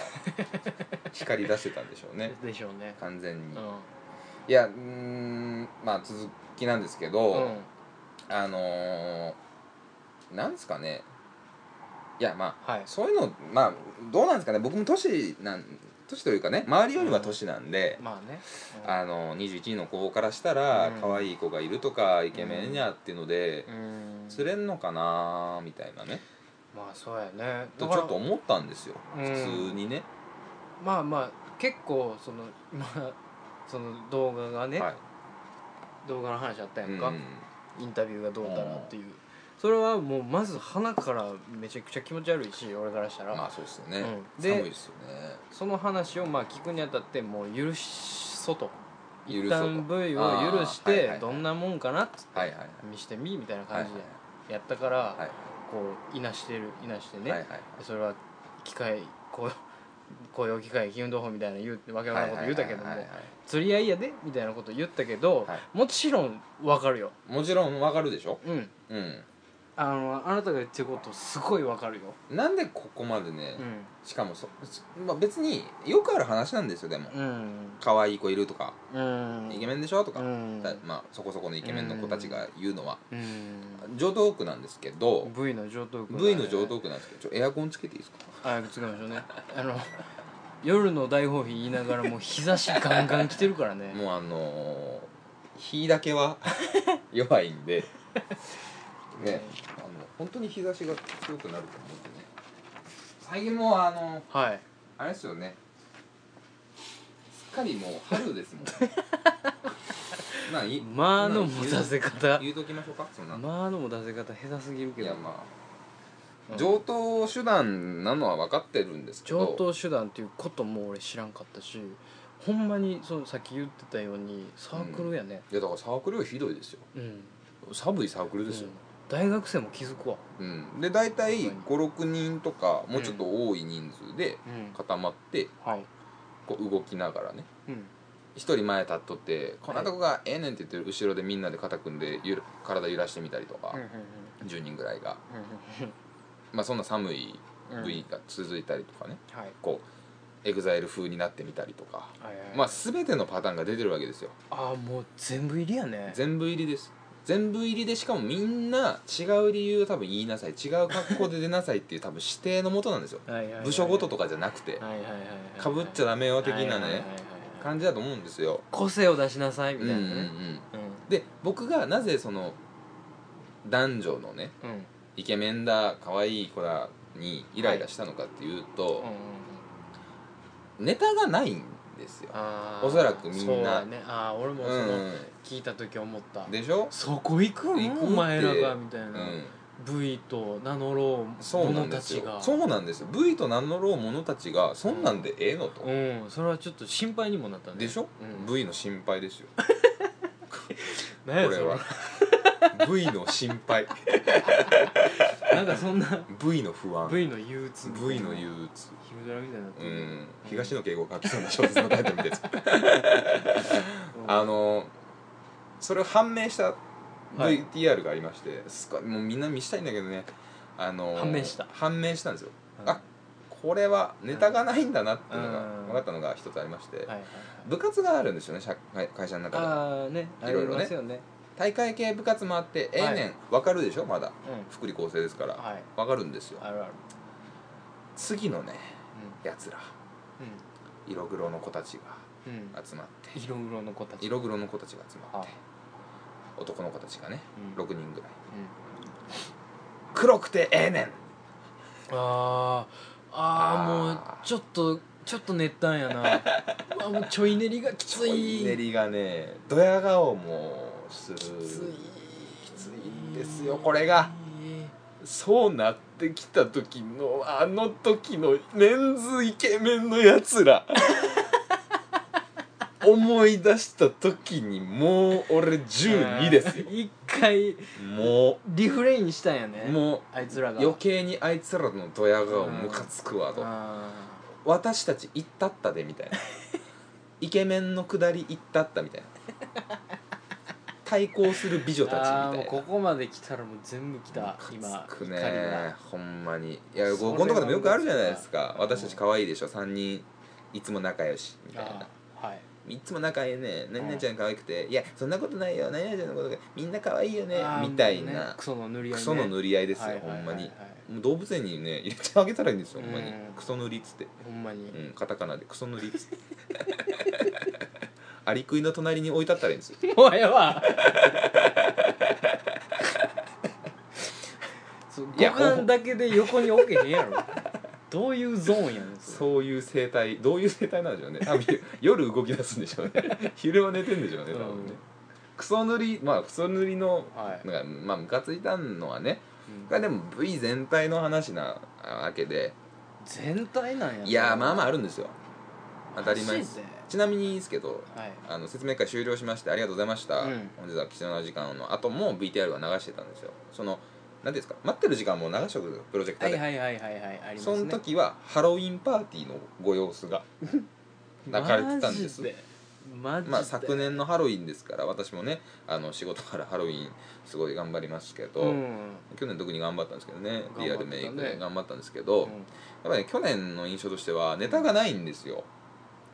S1: 光り出してたんでしょうね
S2: でしょうね
S1: 完全に、
S2: うん
S1: いやうーんまあ続きなんですけど、
S2: うん
S1: あのー、なんですかねいやまあ
S2: はい
S1: そういうのまあどうなんですかね僕も年なん年というかね周りよりは年なんで、
S2: まあね
S1: あの21の子からしたら
S2: うん
S1: 可愛い子がいるとかイケメンやっていうので
S2: う、ん
S1: 釣れんのかなーみたいなね
S2: まあそうやね
S1: と
S2: だ
S1: ち
S2: か
S1: ょ
S2: ら
S1: っと思ったんですよ、
S2: うん
S1: 普通にね
S2: まあまあ結構そのまあその動画がね、
S1: はい
S2: 動画の話あったや
S1: うんん
S2: か、インタビューがどうだらっていう、それはもうまず鼻からめちゃくちゃ気持ち悪いし俺からしたら、
S1: まあそうっすよね、
S2: うんで
S1: 寒いですよね
S2: その話をまあ聞くにあたってもう許しそと
S1: 許そ
S2: 一
S1: うと
S2: 旦 V を許し
S1: あーはいはいは
S2: て
S1: い
S2: どんなもんかなっつって
S1: はいはいはい
S2: 見してみみたいな
S1: はい
S2: 感じでやったから、
S1: はい
S2: こういなしてるいなしてね、
S1: はいはいはい
S2: それは機械こう 雇用機会金運動法みたいな言うってわけわからんこと言うたけど
S1: はいは
S2: も
S1: いはいはい
S2: 釣り合いやでみたいなこと言ったけど、
S1: は
S2: もちろんわかるよ
S1: もちろんわかるでしょ
S2: うん
S1: うん
S2: あのあなたが言ってることすごいわかるよ
S1: なんでここまでね、
S2: うん
S1: しかもそ、そまあ、別によくある話なんですよでも、
S2: うん
S1: 可愛い子いるとか、
S2: うん
S1: イケメンでしょとか、
S2: うん
S1: だまあ、そこそこのイケメンの子たちが言うのは、
S2: うん
S1: 上等区なんですけど、
S2: V の上等句
S1: V の上等区なんですけどちょエアコンつけていいですか
S2: あつかましょうねあの夜の大放棄言いながらもう日差しガンガン来てるからね
S1: もうあのー、日だけ は弱いんでねあの本当に日差しが強くなると思うんでね最近もうあの
S2: はい
S1: あれですよねすっかりもう春です もんまあい
S2: 間の持たせ方
S1: 言うときましょうかそんな、
S2: 間の持たせ方下手すぎるけ
S1: い
S2: ど
S1: やまあ
S2: うん
S1: 上等手段なのは分かってるんですけど
S2: 上等手段っていうことも俺知らんかったしほんまにそのさっき言ってたようにサークルやね
S1: いやだからサークルよりひどいですよ
S2: うん、
S1: 寒いサークルですよ、
S2: うん大学生も気づくわ
S1: うんで大体
S2: 確か
S1: 56人とかもうちょっと多い人数で
S2: うん
S1: 固まって
S2: はい
S1: こう動きながらね
S2: うん
S1: 一人前立っとって「こんなとこがええねん」って言ってる後ろでみんなで肩組んでゆる体揺らしてみたりとか
S2: うんうん
S1: 10人ぐらいが、
S2: う
S1: まあ、そんな寒い
S2: んうんうん
S1: 部位が続いたりとかね
S2: はい
S1: こうエグザイル風になってみたりとか、
S2: はいはい
S1: まあ、全てのパターンが出てるわけですよ
S2: ああもう全部入りやね
S1: 全部入りです全部入りでしかもみんな違う理由を多分言いなさい違う格好で出なさいっていう多分指定のもとなんですよ
S2: はいはいはい
S1: 部署ごととかじゃなくて
S2: はいはいはい
S1: かぶっちゃダメよ的な
S2: はいはいはい
S1: ね
S2: はい
S1: 感じだと思うんですよ
S2: 個性を出しなさい
S1: うん
S2: み
S1: うん
S2: た
S1: う
S2: いなね
S1: ん
S2: うん
S1: で僕がなぜその男女のね
S2: うん
S1: イケメンだ可愛い子らにイライラしたのかっていうと、
S2: うん
S1: ネタがないんですよ、
S2: あー
S1: おそらくみんな
S2: そうやねああ俺もそうの
S1: ん、
S2: 聞いた時思った
S1: でしょ、
S2: そこ行くん
S1: 行くって
S2: お前らがみたいうな、
S1: ん、
S2: V と名乗ろう
S1: そうな
S2: 者
S1: ん
S2: た
S1: です
S2: ち
S1: よ
S2: が
S1: そうなんですよ V と名乗ろう者たちがそんなんでええのと、
S2: うんそれはちょっと心配にもなったね
S1: でしょ、
S2: うん、
S1: V の心配ですよ
S2: 何
S1: こ
S2: や
S1: れ
S2: それ
S1: は V の心配
S2: なんかそん な
S1: V の不安
S2: V の憂鬱
S1: V の
S2: 鬱
S1: 憂鬱
S2: ヒムドラみたいになって
S1: う
S2: る
S1: ん東野敬吾が書きそうな小説のタイトルみたいです あのそれを判明した
S2: はい
S1: VTR がありまして、すごいもうみんな見したいんだけどねあの
S2: 判明した
S1: 判明したんですよ
S2: うん
S1: あこれはネタがないんだなっていうのが
S2: うん
S1: 分かったのが一つありまして、
S2: はいはいはい
S1: 部活があるんですよね社会会社の中でも
S2: ああねあ
S1: いろい
S2: り
S1: ろね
S2: ますよね
S1: 大会系部活もあってええ
S2: はい
S1: ねん分かるでしょまだ
S2: う
S1: 福利厚生ですか
S2: ん
S1: ら
S2: はい
S1: 分かるんですよ
S2: あるある
S1: 次のねやつら
S2: う
S1: 色黒の子たち
S2: んうん
S1: が集まって
S2: 色黒の子たち
S1: 色黒の子たちが集まっ
S2: あ
S1: て男の子たちがね
S2: うん
S1: 6人ぐらい
S2: うん
S1: 黒くてええねん
S2: あーあー
S1: あー
S2: もうちょっとちょっと寝たん やなうわもうちょい練りがきつい
S1: 練りがねドヤ顔もする
S2: きつい
S1: きついんですよこれがそうなってきた時のあの時のメンズイケメンのやつ ら思い出した時にもう俺12ですよ
S2: あー一回
S1: も
S2: リフレインしたんやね
S1: うも
S2: あいつら
S1: う
S2: が
S1: 余計にあいつらのドヤ顔ムカつくわと
S2: あ
S1: 私たち行ったったでみ たいなイケメンのくだり行ったったみたいな対抗する美女
S2: ー
S1: たちみ
S2: あ
S1: た
S2: ーもう
S1: いな
S2: ここまで来たらもう全部来た
S1: ム
S2: 今
S1: カつく
S2: 怒り
S1: ね
S2: が
S1: ほんまにいや
S2: それは
S1: 合コンとかでもよくあるじゃないですか
S2: ムカつ
S1: 私
S2: く
S1: たち可愛いでしょ3人いつも仲良しみたいな
S2: あーはい
S1: いつも仲いいね何々ちゃん可愛くていやそんなことないよ何々ちゃんのことがみんな可愛いよね
S2: あー
S1: みたい
S2: もうね
S1: な
S2: クソの塗り合いね
S1: クソの塗り合いです
S2: はい
S1: よ
S2: はい
S1: ほ
S2: はいはい
S1: んまにもう動物園にね入れてあげたらいいんですよほんまに
S2: うん
S1: クソ塗りっつって
S2: ほんまに
S1: うん、カタカナでクソ塗りっ つって アリクイの隣に置いてあったらいいんですよ
S2: もうええわ そう
S1: いや
S2: 五感だけで横に置けへんやろどういうゾーンやねんそれ
S1: そういう生態どういう生態なんでしょうね多分夜動き出すんでしょうね 昼は寝てんでしょうね多分ね、
S2: うん
S1: クソ塗りまあクソ塗りの
S2: はい、
S1: なんかまあムカついたのはね
S2: うん
S1: これでも V 全体の話なわけで
S2: 全体なんや
S1: いやーまあまあ
S2: あ
S1: あるんですよ当たり前ですちなみにですけど
S2: はい
S1: あの説明会終了しましてありがとうございました、
S2: うん
S1: 本日は貴重な時間の後も VTR は流してたんですよその何ですか待ってる時間も流しておくんですよプロジェクタ
S2: は
S1: ー
S2: い
S1: で、
S2: はいはいはいはいあります
S1: そ
S2: ね
S1: の時はハロウィンパーティーのご様子 が流れてたんです
S2: マジでマジで
S1: まあ昨年のハロウィンですから私もねあの仕事からハロウィンすごい頑張りますけど、
S2: うん
S1: 去年特に頑張ったんですけどね
S2: 頑張ったね
S1: リアルメイクで頑張ったんですけど、
S2: う
S1: やっ
S2: ん
S1: ぱり、ね、去年の印象としてはネタがないんですよ、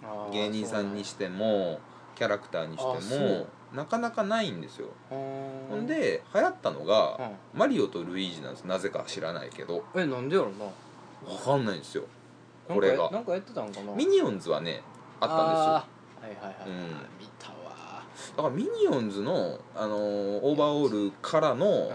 S2: あー
S1: 芸人さんにしてもキャラクターに
S2: あ
S1: して
S2: そう
S1: もなかなかないんですよ
S2: そうなんや
S1: ほんで流行ったのが、
S2: うん
S1: マリオとルイージなんですなぜか知らないけど
S2: えなんでやろな
S1: わかんないんですよこれ
S2: なんか
S1: が
S2: なんかやってたんかな
S1: ミニオンズはねあった
S2: んですよはいはいはい、
S1: うん
S2: 見たわ
S1: んですよだからミニオンズの、あのーオーバーオールからの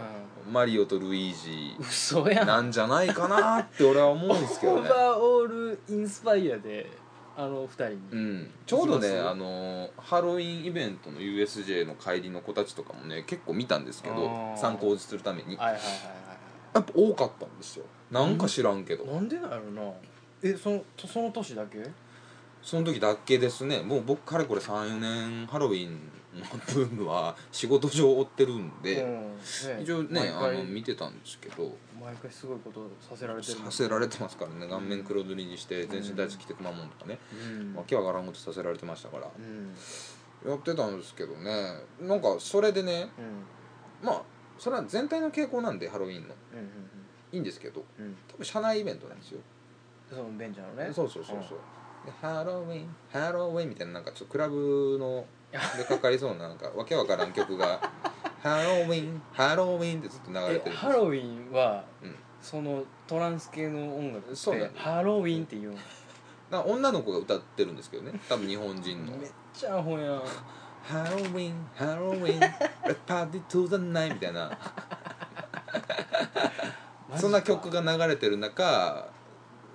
S1: マリオとルイー
S2: う
S1: ジ
S2: ん嘘やん
S1: なんじゃないかなって俺は思うんですけ
S2: オ
S1: ど
S2: ー
S1: ね
S2: バ、ーオールインスパイアであの二人に、
S1: うん、ちょうど
S2: 行き
S1: ね、
S2: ます
S1: あのーハロウィンイベントの USJ の帰りの子たちとかもね結構見たんですけ
S2: あ
S1: ど
S2: ー
S1: 参考にするためにやっ
S2: はいはいはいはい
S1: ぱ多かったんですよなんか知らんけど
S2: なんでなんやろなえそのとその年だけ
S1: その時だけですねもう僕かれこれ34年ハロウィンのブームは仕事上追ってるん
S2: う
S1: で、
S2: んね
S1: 一応ね
S2: 毎
S1: あ
S2: 回
S1: の見てたんですけど
S2: 毎回すごいことさせられてる
S1: させられてますからね顔面黒塗りにして全身タイツ着てくまモンとかね、
S2: うん
S1: わけわからんことさせられてましたから
S2: うん
S1: やってたんですけどねなんかそれでね
S2: うん
S1: まあそれは全体の傾向なんでハロウィンの
S2: うん
S1: いいんですけど
S2: うんうん
S1: 多分社内イベントなんですよ
S2: そのベンチャーのね
S1: そうそうそうそう、でハロウィンハロウィンみたいななんかちょっとクラブのでかかりそうななんかわけわからん曲 が「ハロウィンハロウィン」ってずっと流れて
S2: え
S1: るんです
S2: ハロウィンは、
S1: うん
S2: そのトランス系の音楽
S1: そうな
S2: っ
S1: ん
S2: て
S1: だ
S2: ハロウィンっていうの
S1: なんか女の子が歌ってるんですけどね多分日本人の
S2: めっちゃアホやん
S1: 「ハロウィンハロウィンレパーティートゥザナイ」みたいなそんな曲
S2: が
S1: が流れてる中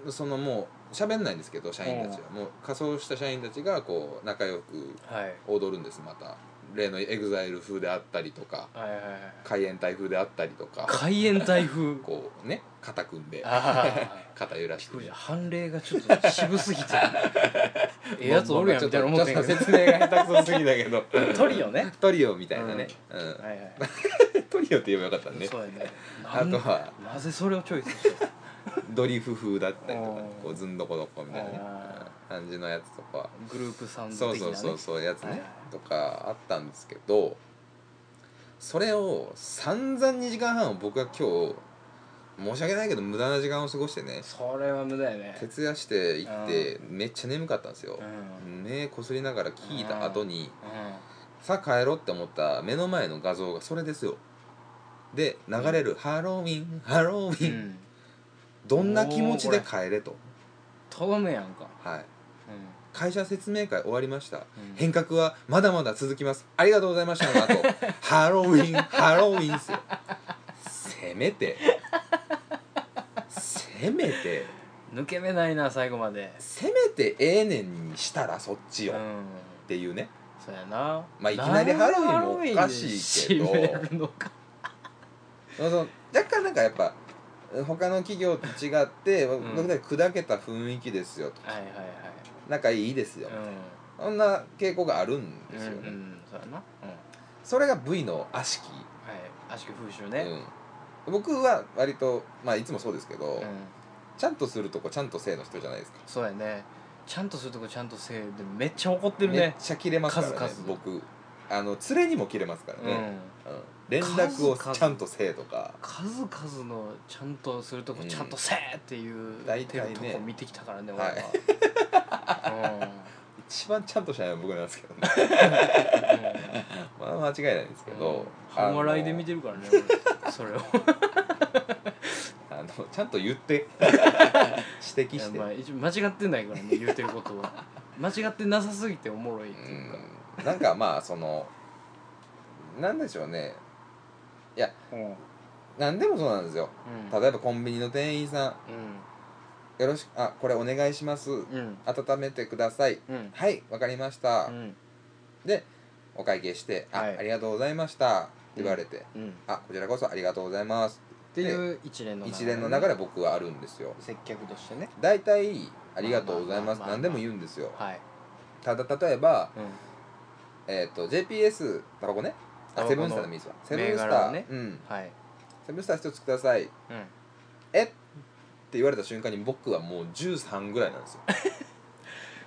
S1: そのもう喋んないんですけど社員たちは、もう仮装した社員たちがこう仲良く
S2: はい
S1: 踊るんですまた例のエグザイル風であったりとか
S2: はいはいはい
S1: 海援隊風であったりとか
S2: 海援台風
S1: こうね肩組んで
S2: ああ
S1: 肩揺ら
S2: びっ
S1: して
S2: くりした判例がちょっと渋すぎてええやつおるやんみたいな思ってん
S1: ちょ
S2: や
S1: っ
S2: け
S1: と
S2: ど
S1: 説明が下手くそすぎだけど
S2: トリオね
S1: トリオみたいなね、うん
S2: はいはい
S1: トリオって言えばよかったね
S2: そうやね
S1: あとは
S2: なんなぜそれをチョイスしたの
S1: ドリフ風だったりとかね
S2: うん
S1: こうずんどこどこみたいなね
S2: あ
S1: うん感じのやつとか
S2: グループサウン
S1: そ
S2: ド
S1: う
S2: 的な
S1: そう
S2: ね
S1: そうそうやつ
S2: はい
S1: ね
S2: はい
S1: とかあったんですけどそれを散々2時間半を僕は今日申し訳ないけど無駄な時間を過ごしてね
S2: それは無駄やね
S1: 徹夜して行ってめっちゃ眠かったんですよ
S2: うんうん
S1: 目こすりながら聞いた後にさあ帰ろうって思った目の前の画像がそれですよで流れる「ハロウィンハロウ
S2: う
S1: ィン」
S2: ん
S1: どんな気持ちで帰れと、
S2: とどめやんか
S1: はい、
S2: うん
S1: 会社説明会終わりました、
S2: うん
S1: 変革はまだまだ続きますありがとうございましたの 後ハロウィンハロウィンっすよせめてせめて
S2: 抜け目ないな最後まで
S1: せめてええねんにしたらそっち
S2: う
S1: よ、っ
S2: ん
S1: ていうね
S2: そうやな
S1: まあいきなりハロウィンもおかしいけど
S2: なんでハロウィンで締めるのか
S1: その若干なんかやっぱ他の企業と違って、
S2: ん
S1: 僕たち砕けた雰囲気ですよと
S2: はいはいはい
S1: 仲いいですよ、
S2: う
S1: そんな傾向があるん
S2: ん
S1: ですよね、
S2: うんそうやなうんは
S1: それが V の悪しき
S2: い悪しき風習ね
S1: うん、僕は割とまあいつもそうですけど、
S2: うん
S1: ちゃんとするとこちゃんとせいの人じゃないですか、
S2: そうやねちゃんとするとこちゃんとせえでもめっちゃ怒ってる
S1: めっ
S2: ね
S1: ちゃ切れますからね
S2: 数々
S1: 僕あの連れにも切れますから
S2: う
S1: ね、
S2: ん
S1: うん連絡を
S2: 数々
S1: ちゃんとせいとか
S2: 数々のちゃんとするとこちゃんとせえっていう
S1: 大体ね
S2: てるとこ見てきたからね俺
S1: はい
S2: は
S1: 一番ちゃんとしないのは僕なんですけどね まあ間違いないんですけ
S2: うん
S1: ど、あ
S2: 半
S1: の
S2: 笑いで見てるからね俺それ を
S1: あのちゃんと言って 指摘して、
S2: まあ一応間違ってないからね言うてることは間違ってなさすぎておもろいっていうか
S1: うんなんかまあそのなんでしょうね
S2: うん
S1: 何でもそうなんですよ例えばコンビニの店員さんよろしくあこれお願いします
S2: うんうん
S1: 温めてください
S2: うん
S1: はいわかりました、
S2: うん
S1: でお会計して「あ,、
S2: はい
S1: ありがとうございました」って言われて
S2: うんっ
S1: 「あこちらこそありがとうございます」
S2: ていう一連の
S1: 一連の流れ僕はあるんですよ
S2: 接客としてね
S1: 大体「ありがとうございます」
S2: まあまあまあまあ
S1: 何でも言うんですよ
S2: はい
S1: ただ例えば、
S2: うん
S1: えー、と JPS タバコね
S2: タ
S1: あ
S2: バ
S1: セ
S2: コの
S1: ブンスターでもいいですわセブン
S2: 銘
S1: スタ
S2: 柄
S1: ー、
S2: をね
S1: うん
S2: はい
S1: セブンスター一つください
S2: うん
S1: えって言われた瞬間に僕はもう13ぐらいなんです よ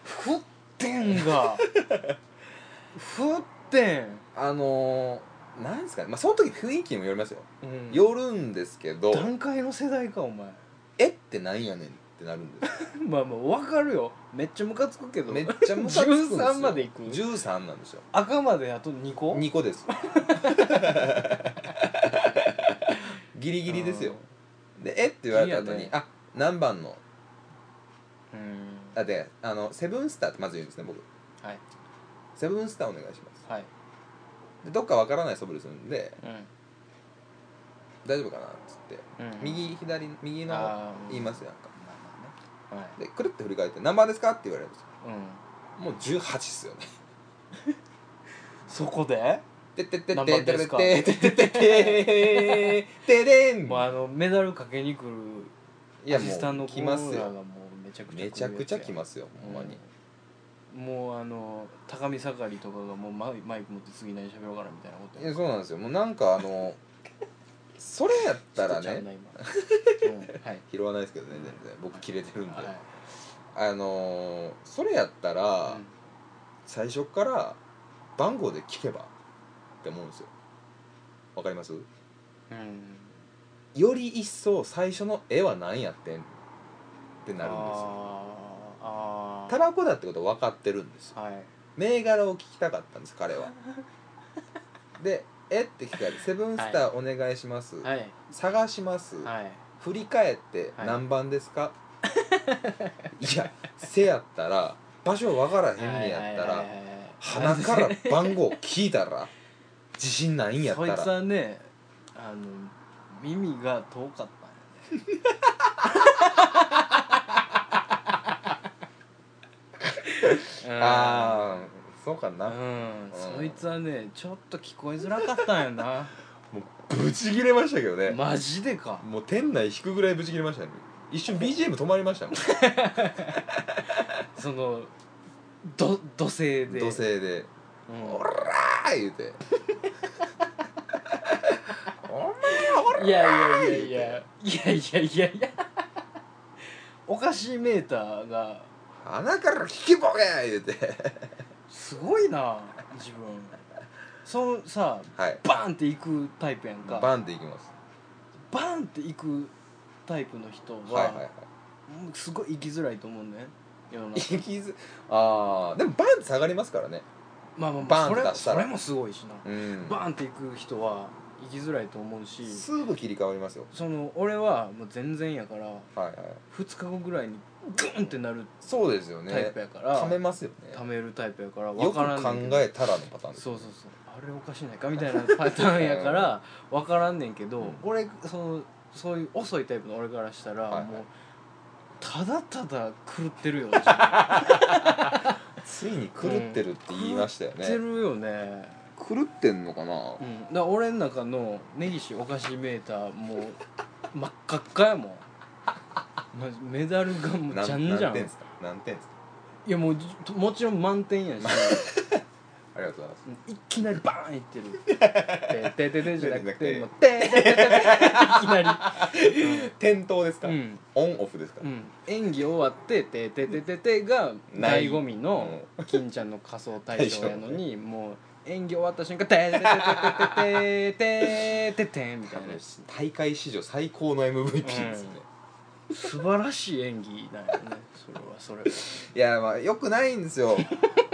S2: ふって んがふってん、
S1: あのー、なんですかねまあその時雰囲気にもよりますよ、
S2: うん
S1: よるんですけど
S2: 段階の世代かお前
S1: えってなんやねんってなるんです
S2: まあまあわかるよめっちゃムカつくけど
S1: めっちゃムカつくんですよ
S2: 13まで行く
S1: 13なんですよ
S2: 赤まであと2個
S1: 2個ですギリギリですよでえって言われた後
S2: ギリ
S1: に
S2: やね
S1: あ何番の
S2: うん
S1: あであのセブンスターってまず言うんですね僕
S2: はい
S1: セブンスターお願いします
S2: はい
S1: でどっかわからない素振りするんで
S2: う
S1: 大丈夫かなっつって
S2: ん、うん、
S1: 右左右の
S2: あー
S1: 言いますやんか
S2: まあまあね
S1: でくるって振り返って「何番ですか?」って言われるんですよ
S2: はい、うん、
S1: もう18っすよね
S2: そこで
S1: てってってって
S2: 何
S1: て
S2: 番
S1: って
S2: で
S1: っ
S2: すか
S1: てってってってててでん
S2: もうあのメダルかけに来る
S1: いや
S2: アシスタント
S1: も
S2: の
S1: う
S2: コ
S1: 来
S2: ーラ
S1: ます
S2: ーが
S1: よ
S2: もうめちゃくちゃ
S1: めちゃくちゃ来
S2: す
S1: ますよほんまに、
S2: もうあの高見盛りとかがもうマイマイク持って次何喋ろうかなみたいなこと
S1: いやそうなんですよもうなんかあのそれやったら
S2: ちょっとちゃうな
S1: ね
S2: 今うんはい
S1: 拾わないですけどね全然僕切れてるんで、
S2: はい
S1: あのーそれやったら、
S2: うん
S1: 最初から番号で聞けばって思うんですよわかります
S2: うん
S1: より一層最初の絵は何やってんってなるんですよ
S2: あーあー
S1: タラコだってこと分かってるんですよ
S2: はい
S1: 銘柄を聞きたかったんです彼はで「えっ?」て聞かれて「セブンスターお願いします」
S2: はい
S1: 探します」
S2: はい
S1: 振り返って
S2: はい
S1: 何番ですか、 い、やせやったら場所分からへんねやった
S2: は
S1: ら
S2: いはいはいはい
S1: 鼻から番号聞いたら自信ないんやった
S2: そいつ
S1: ら
S2: はねあの耳が遠かったん やねうん
S1: ああそうかな、も
S2: うん、
S1: うん
S2: そいつはねちょっと聞こえづらかったんやな
S1: うブチ切れましたけどね、
S2: マジでか
S1: もう店内引くぐらいブチ切れましたね一瞬 BGM 止まりま したもん
S2: そのど土星で
S1: 土星で
S2: う
S1: 「
S2: ん
S1: おらー!」言う て「お前おらー!」
S2: いやいやいやいやいやいやいやいやおかしいメーターが
S1: 鼻から聞けぼけ!」言うて
S2: すごいな自分そのさ
S1: はい
S2: バーンっていくタイプやんか
S1: バンっていきます
S2: バーンっていくタイプの人
S1: はい
S2: は、
S1: はいはい
S2: もうすごい生きづらいと思うね世の中
S1: 行きずああでもバンって下がりますからね
S2: まあまあま
S1: バーン
S2: あ
S1: って
S2: それ
S1: 出したら
S2: それもすごいしな
S1: うん
S2: バーンっていく人は生きづらいと思うし
S1: すぐ切り替わりますよ
S2: その俺はもう全然やから
S1: はいはい
S2: 2日後ぐらいにグンってなる
S1: そうですよ
S2: タイ
S1: ね
S2: プやから、
S1: 貯めますよね
S2: 貯めるタイプやから
S1: よ
S2: 分
S1: く
S2: からん
S1: 考
S2: ねんけど
S1: えたらのパターンです
S2: そうそうそうあれおかしいないかみたいなパターンやから分からんねんけど、
S1: うん
S2: 俺そのそういう遅いタイプの俺からしたら、
S1: はいはい
S2: もうただただ狂ってるよ自分
S1: ついに 狂ってるって言いましたよ
S2: 狂って
S1: ね
S2: るよね
S1: 狂ってんのかな
S2: うん、だから俺の中の根岸お菓子メーターもう真っ赤っかやもんマジメダルがもう
S1: なん
S2: じゃんじ
S1: 何
S2: ゃん
S1: 点で
S2: い
S1: すか何点ですか
S2: やもうじもちろん満点やし
S1: ありがとうございます
S2: いきなりバーンいってる「てててて」じゃなくて「もうててててて」いきな
S1: 点灯ですか
S2: りうん
S1: オンオフですか
S2: うん演技終わって「ててててて」が
S1: ない
S2: 醍醐味の金ちゃんの仮装大賞やのにもう演技終わった瞬間「てててててててててて」みた
S1: 多
S2: いな
S1: 分大会史上最高の MVP ですよね
S2: 素晴らしい演技なんやねそれはそれ
S1: いやまあよくないんです よ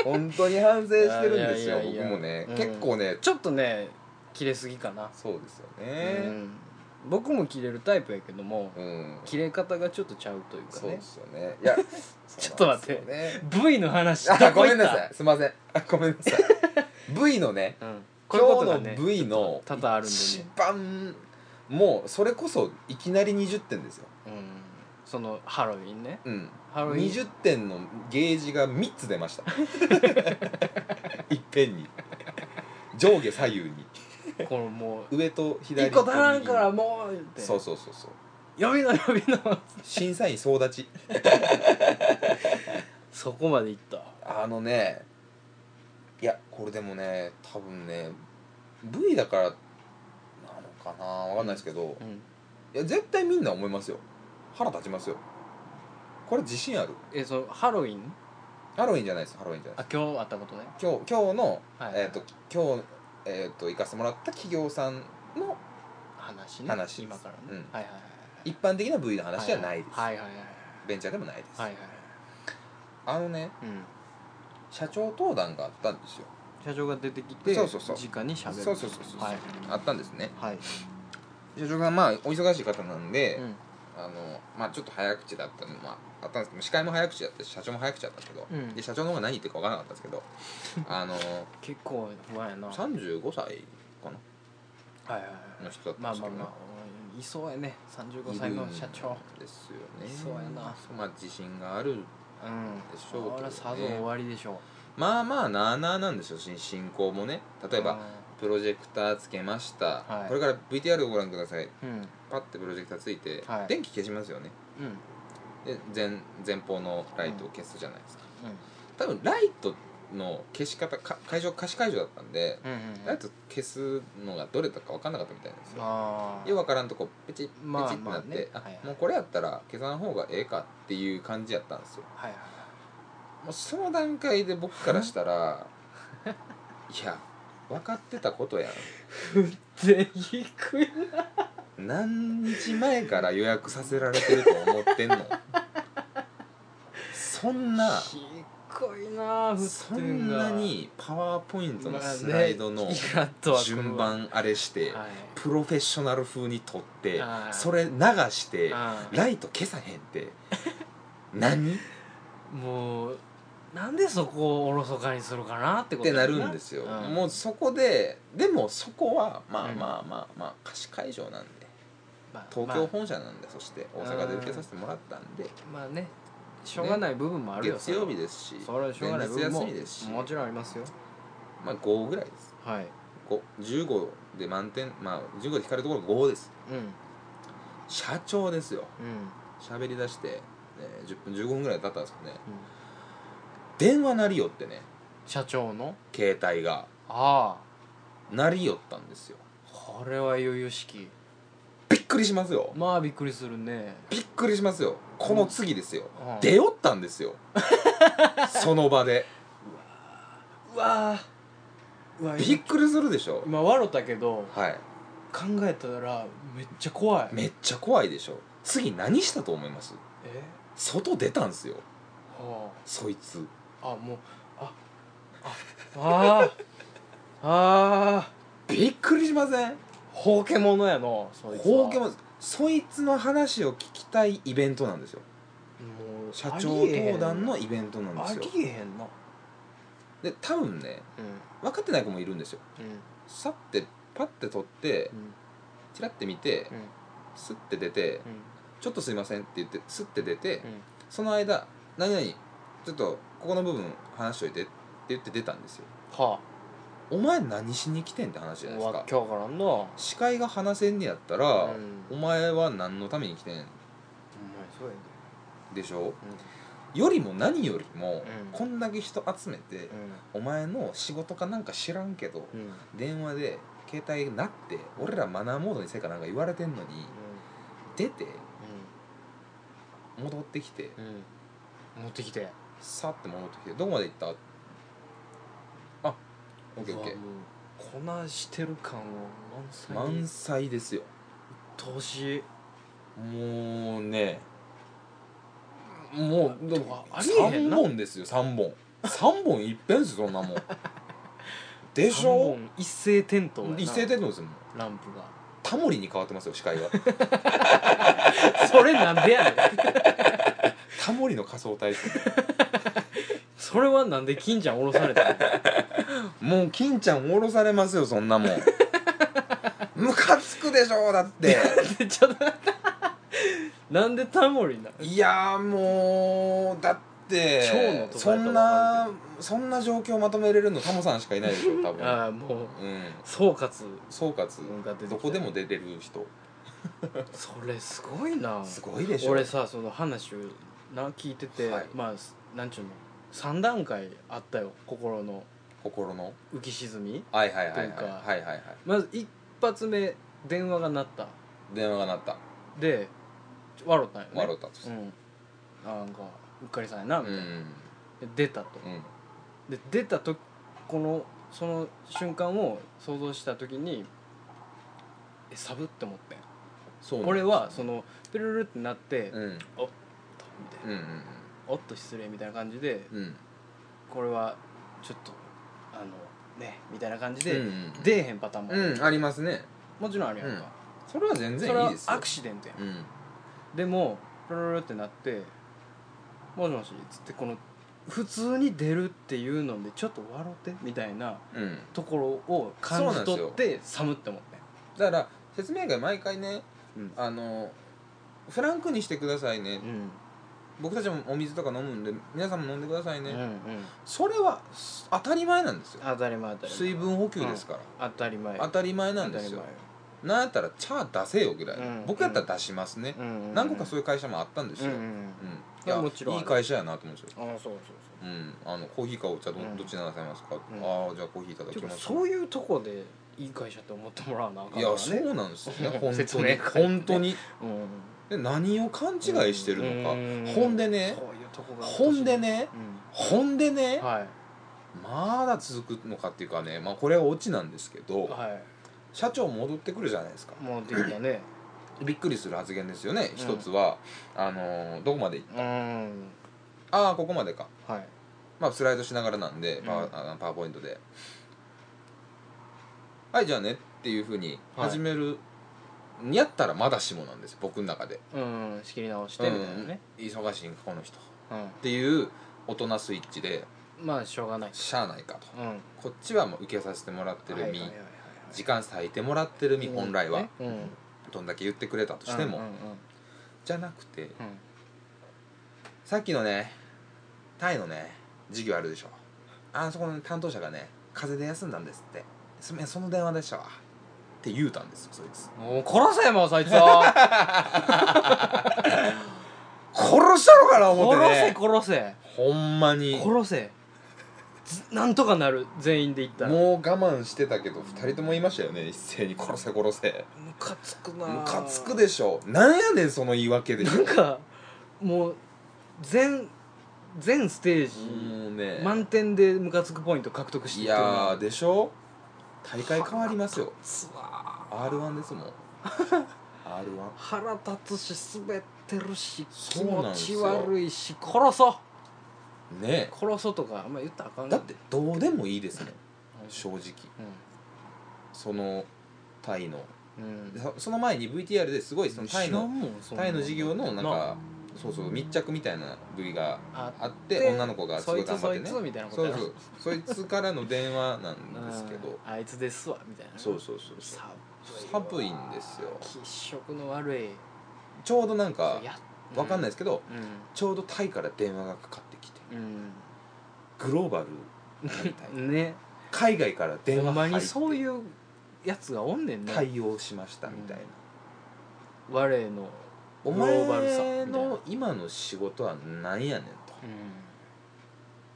S1: 本当に反省してるんですよ
S2: いやいや
S1: 僕
S2: いやいや
S1: もね
S2: うん
S1: 結構ね
S2: ちょっとね切れすぎかな、
S1: そうですよ
S2: う
S1: ね
S2: ん僕も切れるタイプやけども、
S1: うん
S2: 切れ方がちょっとちゃうというか
S1: そう
S2: ね
S1: ですよね。いや、
S2: ちょっと待って
S1: そうなんですよね
S2: V の話
S1: あ、 ごめんなさ
S2: い、
S1: い。すみません。あ、ごめんな さい。V のね、
S2: うん、こういうこ
S1: 今日
S2: とが
S1: の
S2: ね
S1: V の
S2: 多々あるんで
S1: 一
S2: ね、
S1: 番もうそれこそいきなり20点ですよ。
S2: うん、そのハロウィンね
S1: うん。
S2: ハロウィン
S1: 20点のゲージが3つ出ました。 いっぺんに。上下左右に。
S2: このもう
S1: 上と左
S2: 一
S1: と
S2: 個
S1: 右
S2: 足
S1: に
S2: らんからもうって
S1: そうそうそうそう。
S2: 呼びの呼びの
S1: 審査員総立ち。
S2: そこまでいった
S1: あのねいやこれでもね多分ね V だからなのかなわかんないですけど
S2: うん
S1: いや絶対みんな思いますよ腹立ちますよこれ自信ある
S2: えそのハロウィン
S1: ハロウィンじゃないですハロウィンじゃない
S2: あ
S1: で
S2: 今日あったことね
S1: す今日今日の、
S2: はい
S1: えっ、と今日えっ、と行かせてもらった企業さんの
S2: 話ね
S1: 話
S2: 今からね、
S1: うん
S2: はいはいはい
S1: 一般的な V の話じゃないです、
S2: はいはいはい
S1: ベンチャーでもないです、
S2: はいはいはい
S1: あのね
S2: うん
S1: 社長登壇があったんですよ
S2: 社長が出てきて
S1: そうそうそう
S2: 直にしゃべる
S1: そうそうそうそう
S2: はい
S1: あったんですね
S2: はい、
S1: 社長がまあお忙しい方なんで、
S2: うん
S1: あのまあちょっと早口だったのもあったんですけど司会も早口だったし社長も早口だったんですけど、
S2: うん
S1: で社長の方が何言ってるか分からなかったんですけどあの
S2: 結構不安やなはい
S1: 35歳か
S2: はいはい
S1: なの人だった
S2: ま
S1: ん
S2: あ
S1: です
S2: ま
S1: け
S2: あ
S1: ど、
S2: まあいそうやね35歳の社長
S1: いるんですよね
S2: そうやな
S1: まあ自信がある
S2: うん
S1: でしょうけどね
S2: それさぞ終わりでしょ
S1: まあまあなあなあなんですよし進行もね
S2: う
S1: 例えばプロジェクターつけました、
S2: はい
S1: これから VTR をご覧ください
S2: うん
S1: パッてプロジェクターついて、
S2: はい
S1: 電気消しますよね
S2: うん
S1: で前前方のライトを消すじゃないですか、
S2: うん
S1: 多分ライトの消し方か会場貸し会場だったんで、
S2: うんう
S1: ラ
S2: ん
S1: イト消すのがどれだか分かんなかったみたいなんですよ
S2: あー
S1: よく分からんとこペチッペチ
S2: まあ
S1: ッってなって、
S2: まあね
S1: あ
S2: はいはい
S1: もうこれやったら消さん方がええかっていう感じやったんですよ
S2: はいはい
S1: もうその段階で僕からした らいや分かってたことやん
S2: でいくよ
S1: 何日前から予約させられてると思ってんのそん な
S2: 低いなあ
S1: そんなにパワーポイントのスライドの
S2: まあねイラッとはくるわ
S1: 順番あれして
S2: はい
S1: プロフェッショナル風に撮って
S2: はい
S1: それ流して
S2: あー
S1: ライト消さへんって 何っ
S2: もうなんでそこをおろそかにするかなってこと
S1: て
S2: だ
S1: な
S2: よ
S1: るんですよ
S2: うん
S1: もうそこででもそこはまあ
S2: うん
S1: まあまあまあ貸し会場なんで
S2: まあ
S1: 東京本社なんでそして大阪で受けさせてもらったんで
S2: まあ、まあねしょうがない部分もあるよ
S1: 月曜日
S2: で
S1: ですし
S2: それはしょうがない部分も
S1: 前日休みですし
S2: もちろんありますよ
S1: まあ5ぐらいです
S2: はい
S1: 5 15で満点まあ15で引かれるところが5です
S2: うん
S1: 社長ですよ
S2: うん
S1: 喋り出して、えー10分15分ぐらい経ったんですけどね電話鳴りよってね
S2: 社長の
S1: 携帯が
S2: あ
S1: 鳴りよったんですよ
S2: あこれは余裕式
S1: びっくりしますよ
S2: まあびっくりするね
S1: びっくりしますよこの次ですよ、
S2: うん
S1: 出よったんです よその場で
S2: うわーうわ
S1: びっくりするでしょ
S2: 今笑ったけど
S1: はい
S2: 考えたらめっちゃ怖い
S1: めっちゃ怖いでしょ次何したと思います
S2: え
S1: 外出たんすよ
S2: は
S1: そいつ
S2: ああもうあああああ
S1: びっくりしません
S2: ほうけものやのそいつは
S1: ほうけもそいつの話を聞きたいイベントなんですよ
S2: もう
S1: 社長登壇のイベントなんで
S2: あ
S1: すよ
S2: りえへんな
S1: で多分ね
S2: う
S1: 分かってない子もいるんですよ
S2: んうん
S1: さってパッて取って
S2: うん
S1: チラッて見て
S2: うん
S1: スッて出て
S2: うん
S1: 「ちょっとすいません」って言ってスッて出て
S2: うん
S1: その間「何々ちょっとここの部分話しといて」って言って出たんですよ
S2: は
S1: お前何しに来てんって話じゃない
S2: あ
S1: です
S2: わ
S1: か
S2: っけわからんなお
S1: 司会が話せんねやったら
S2: うん
S1: お前は何のために来てん
S2: 前そうやで
S1: でしょ
S2: うん
S1: よりも何よりも
S2: うん
S1: こんだけ人集めてお前の仕事かなんか知らんけど
S2: うんうんうん
S1: 電話で携帯なって俺らマナーモードにせえかなんか言われてんのに出て戻ってきて
S2: うんうん持ってきて
S1: さって戻ってきて「どこまで行った?」あオッケーオッケ
S2: うわもうこなしてる感を
S1: ー
S2: 満載
S1: 満載ですよ
S2: 投資
S1: もうねもうでも
S2: ありえへん
S1: 3
S2: な
S1: 本ですよ3本3本いっぺんですよそんなもんでし
S2: 三
S1: ょ
S2: 本一斉点灯やな
S1: 一斉出てですよもう
S2: ランプが
S1: タモリに変わってますよ視界 が
S2: それなんでやねん
S1: タモリの仮想体
S2: それはなんで金ちゃん降ろされたの
S1: もう金ちゃん降ろされますよそんな もんムカつくでしょだって
S2: でちょっとなんでタモリなの
S1: いやーもうだって
S2: 蝶のとこ
S1: そ
S2: やったら
S1: んなそんな状況をまとめれるのタモさんしかいないでしょ多分
S2: ああもう
S1: うん
S2: 総括
S1: 総括
S2: が出てきた
S1: どこでも出れる人
S2: それすごいな
S1: すごいでしょ
S2: 俺さその話をな聞いてて、
S1: はい
S2: まあすなんちゅうの3段階あったよ心の
S1: 心の
S2: 浮き沈み
S1: はいはいはいはい
S2: というか
S1: はいはいはい
S2: まず一発目電話が鳴った
S1: 電話が鳴った
S2: で笑ったんよね
S1: 笑ったとし
S2: う
S1: て
S2: んあなんかうっかりさんやな
S1: う
S2: み
S1: ん
S2: た
S1: う
S2: い
S1: ん
S2: な、で出たとで出たとこのその瞬間を想像した時にえサブって思ってん
S1: そうなんです
S2: 俺はそのピルルルってなって、
S1: うんうん
S2: おっとみたいな、
S1: うん
S2: おっと失礼みたいな感じで
S1: うんうん
S2: これはちょっとあのねみたいな感じで、
S1: うんうん
S2: 出えへんパターンもある、
S1: うんありますね
S2: もちろんあるやんか、
S1: それは全
S2: それ
S1: 然いい
S2: は
S1: ですよ
S2: アクシデントやん、
S1: うん
S2: でもピルルルってなってもしもしっつってこの普通に出るっていうのでちょっと笑ってみたいな
S1: うん
S2: ところを感じ取って寒って思って
S1: だから説明会毎回ね
S2: うん
S1: あのフランクにしてくださいね
S2: うん
S1: 僕たちもお水とか飲むんで皆さんも飲んでください
S2: うん
S1: ね、
S2: うん
S1: それはす当たり前なんですよ
S2: 当たり前当たり前
S1: 水分補給ですから、
S2: 当たり前
S1: 当たり前なんですよ
S2: 当たり
S1: なんやったら「チャー出せよ」ぐらい、
S2: うん
S1: 僕やったら出しますね、何個かそういう会社もあったんです
S2: うん
S1: よ、
S2: う
S1: うん
S2: ん
S1: いや
S2: もちろん
S1: いい会社やなと思うんですよ、
S2: うんああそう
S1: う
S2: そう
S1: ん、あのコーヒーかお茶ど,、
S2: うん
S1: どっちならされますか、
S2: ん
S1: ああじゃあコーヒーいただ
S2: そう
S1: き
S2: でも
S1: ます
S2: そういうとこでいい会社って思ってもらわなあかんか
S1: い
S2: ら
S1: や
S2: ね
S1: そうなんですよね本
S2: 説
S1: 当
S2: 明
S1: に
S2: 会ね
S1: 本当に
S2: うん
S1: で何を勘違いしてるのか、
S2: うん
S1: ほんでね
S2: そういうとこが
S1: ほんでね
S2: う
S1: ほんでね、
S2: んはい
S1: まだ続くのかっていうかねまあこれはオチなんですけど、
S2: は
S1: 社長戻ってくるじゃないですか
S2: いもうっていうかね
S1: びっくりする発言ですよね
S2: うん
S1: 一つは、あのーどこまでい
S2: うん
S1: ああここまでか
S2: はい
S1: まあスライドしながらなんで、パワ
S2: うん
S1: ーあのパワーポイントではいじゃあねっていうふうに始める、やったらまだしもなんですよ僕の中で、
S2: うん仕切り直し
S1: う
S2: てみたいなんね、
S1: 忙しいんかこの人っ
S2: うん
S1: ていう大人スイッチで
S2: まあしょうがない
S1: しゃあないかと
S2: うん
S1: こっちはもう受けさせてもらってる身、
S2: はいはいはいはい
S1: 時間割いてもらってる身、本来は、
S2: うんうん
S1: どんだけ言ってくれたとしても、
S2: うんうん
S1: じゃなくて
S2: うんうん
S1: さっきのねタイのね授業あるでしょあそこの担当者がね風邪で休んだんですってすみませんその電話でしたわって言うたんですよそいつ
S2: もう殺せもうそいつを
S1: 殺したのかな 思って、
S2: 殺
S1: ね
S2: せ、殺せ
S1: ほんまに
S2: 殺せずなんとかなる全員で言ったら
S1: もう我慢してたけど2人とも言いましたよね一斉に殺せ殺せ
S2: ムカつくな
S1: ムカつく
S2: で
S1: でしょなんやねんその言い訳でし
S2: な
S1: ょ
S2: んかもう全全ステージ
S1: もうね
S2: 満点でムカつくポイント獲得して
S1: い
S2: いってるな
S1: やーでしょ大会変わりますよ
S2: つわ
S1: r 1ですもん r
S2: 腹立つし滑ってるし気
S1: そうな
S2: 持
S1: んです
S2: ち
S1: よ
S2: 悪いし殺そう
S1: 1ね
S2: 殺そうとかあんま言ったらあかん
S1: えだってどうでもいいですね正直
S2: う
S1: そのタイの
S2: んうん
S1: そその前に VTR ですごいそのタイ
S2: 知ら
S1: の
S2: んもんそんな
S1: タイの授業のなんかそうそう密着みたいな V が
S2: あ
S1: あって
S2: で
S1: 女の子がすごい頑張ってね
S2: そいつそいつみたいなこと
S1: そう
S2: やろ
S1: そうそいつからの電話なんですけど
S2: あーあいつですわみたいな
S1: そうそうそうそう寒い
S2: わ
S1: んですよ
S2: 気色の悪い
S1: ちょうどなんか
S2: や
S1: わかんない
S2: い
S1: ですけど
S2: う
S1: ちょうどタイから電話がかかってきて
S2: ん、
S1: グローバルになりたい
S2: うん、ね
S1: 海外から電
S2: ほ
S1: 話
S2: んま
S1: 入
S2: に
S1: って
S2: そういうやつがおんねんね、
S1: 対応しましたみたいな、
S2: 我の
S1: お
S2: グローバルさみた
S1: 前
S2: いな
S1: の今の仕事は何やねんと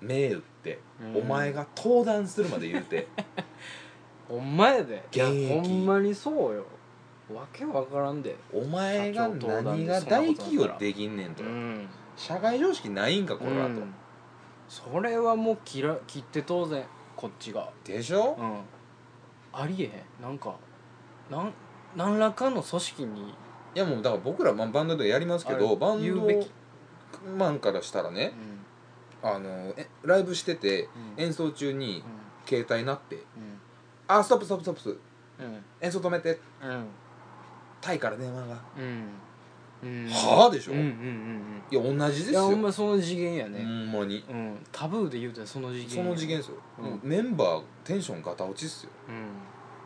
S1: 銘打って、
S2: う
S1: お
S2: ん
S1: 前が登壇するまで言う て
S2: ほんまやでいや
S1: 現役
S2: ほんまにそうよわけわからんで
S1: お前が
S2: 社長登壇
S1: 何
S2: で
S1: が
S2: そんなこと
S1: 大企業
S2: だったら
S1: できんねんと、
S2: ん
S1: 社会常識ないんか
S2: こ
S1: こ
S2: れ
S1: れは
S2: だ
S1: と、
S2: と、それはもう切ら切って当然こっちが
S1: でしょ、
S2: うんありえへんなんかなん何らかの組織に
S1: いやもうだから僕ら、まあ、バンドでやりますけ
S2: あれ
S1: どバン
S2: 言
S1: ド
S2: うべき
S1: マンからしたら
S2: う
S1: ね
S2: ん
S1: あのえライブしてて
S2: うん
S1: 演奏中に携帯鳴って
S2: うん
S1: 「あストップストップストップストップ
S2: うん
S1: 演奏止めて
S2: うん
S1: タイから電話が」
S2: うんうん
S1: はあでしょ、
S2: うんうんう
S1: い
S2: ん
S1: や同じです
S2: うんいや
S1: よ
S2: ほんまその次元や
S1: ほ
S2: ね
S1: んまに
S2: うんタブーで言うとその次元
S1: その次元ですよ、
S2: うん
S1: もうメンバーテンションガタ落ちっすよ
S2: うん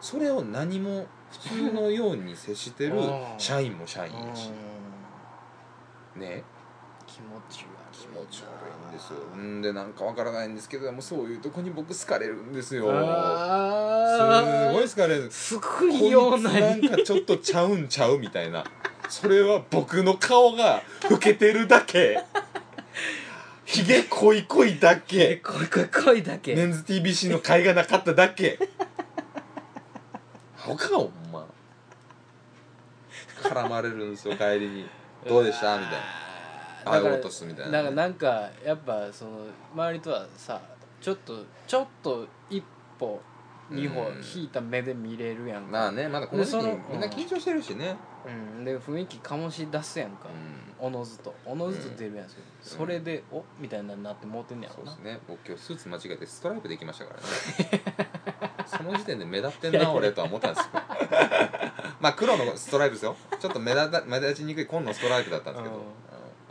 S1: それを何も普通のように接してる
S2: あー
S1: 社員も社員
S2: うん
S1: やしね
S2: 気持ち悪い
S1: 気持ち悪いんですよんでなんかわからないんですけどもそういうとこに僕好かれるんですよす
S2: あ
S1: ごい
S2: ー
S1: 好かれる
S2: すごい
S1: こい
S2: よう
S1: つ
S2: な
S1: なんかちょっとちゃうんちゃうみたいなそれは僕の顔が老けてるだ けひげ濃い濃いだけ
S2: こいこいこいだけ
S1: メンズ TBC の会がなかっただ けほかほんま絡まれるんですよ帰りに「どうでした?」みたいな「ああ
S2: だ
S1: いう
S2: か
S1: こ
S2: ら
S1: とっす」みたいな
S2: な
S1: ん
S2: か
S1: ね
S2: なんかやっぱその周りとはさちょっとちょっと一歩二歩
S1: うん
S2: 引いた目で見れるやん
S1: ま
S2: か、
S1: あねまだこの時期
S2: でその
S1: みんな緊張してるしね
S2: うん、で雰囲気醸し出すやんか、
S1: うん
S2: おのずとおのずと出るやんすよ、それで「おみたいなになってもうてんねや
S1: そ
S2: ろ
S1: うで
S2: な
S1: すね僕今日スーツ間違えてストライプできましたからねその時点で目立ってんな俺とは思ったん ですけどまあ黒のストライプですよちょっと目立た目立ちにくい紺のストライプだったんですけど、
S2: うん
S1: うん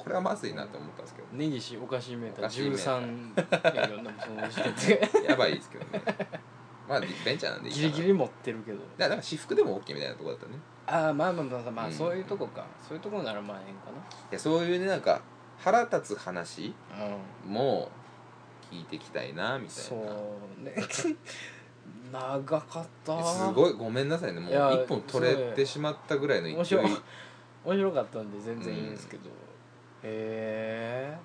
S1: これはまずいなと思ったんですけど
S2: 根岸おかしいメータ
S1: おかしいメ
S2: ー
S1: ー
S2: 13やけどなその時点で
S1: や ばいですけどね。まあ、ベンチャーなんでいいか
S2: ギ
S1: な。
S2: リギリ持ってるけど
S1: だから、私服でも OK みたいなとこだったね。
S2: ああまあまあまあまあ、
S1: うん
S2: そういうとこかそういうとこならまあええんか
S1: いや、そういうね、なんか、腹立つ話
S2: なうん
S1: も聞いていきたいな、みた
S2: そ
S1: いな。
S2: うね 長かった
S1: す
S2: い
S1: ごいごめんなさいねもう
S2: いや
S1: 一本取れてしまったぐらいの
S2: 面
S1: 勢い
S2: 白い面白かったんで全然いいんですけど、へえ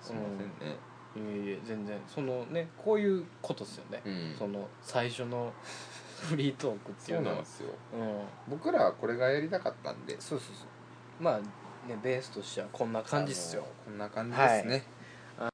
S1: すいませんね
S2: いえいえ全然そのねこういうことですよね、
S1: うん
S2: その最初のフリートークって
S1: そ
S2: い
S1: うう
S2: の
S1: な
S2: は
S1: んですよ
S2: うん
S1: 僕らはこれがやりたかったんで
S2: そうそうそうまあねベースとしてはこんな感じっすよ
S1: あのこんな感じですね、
S2: は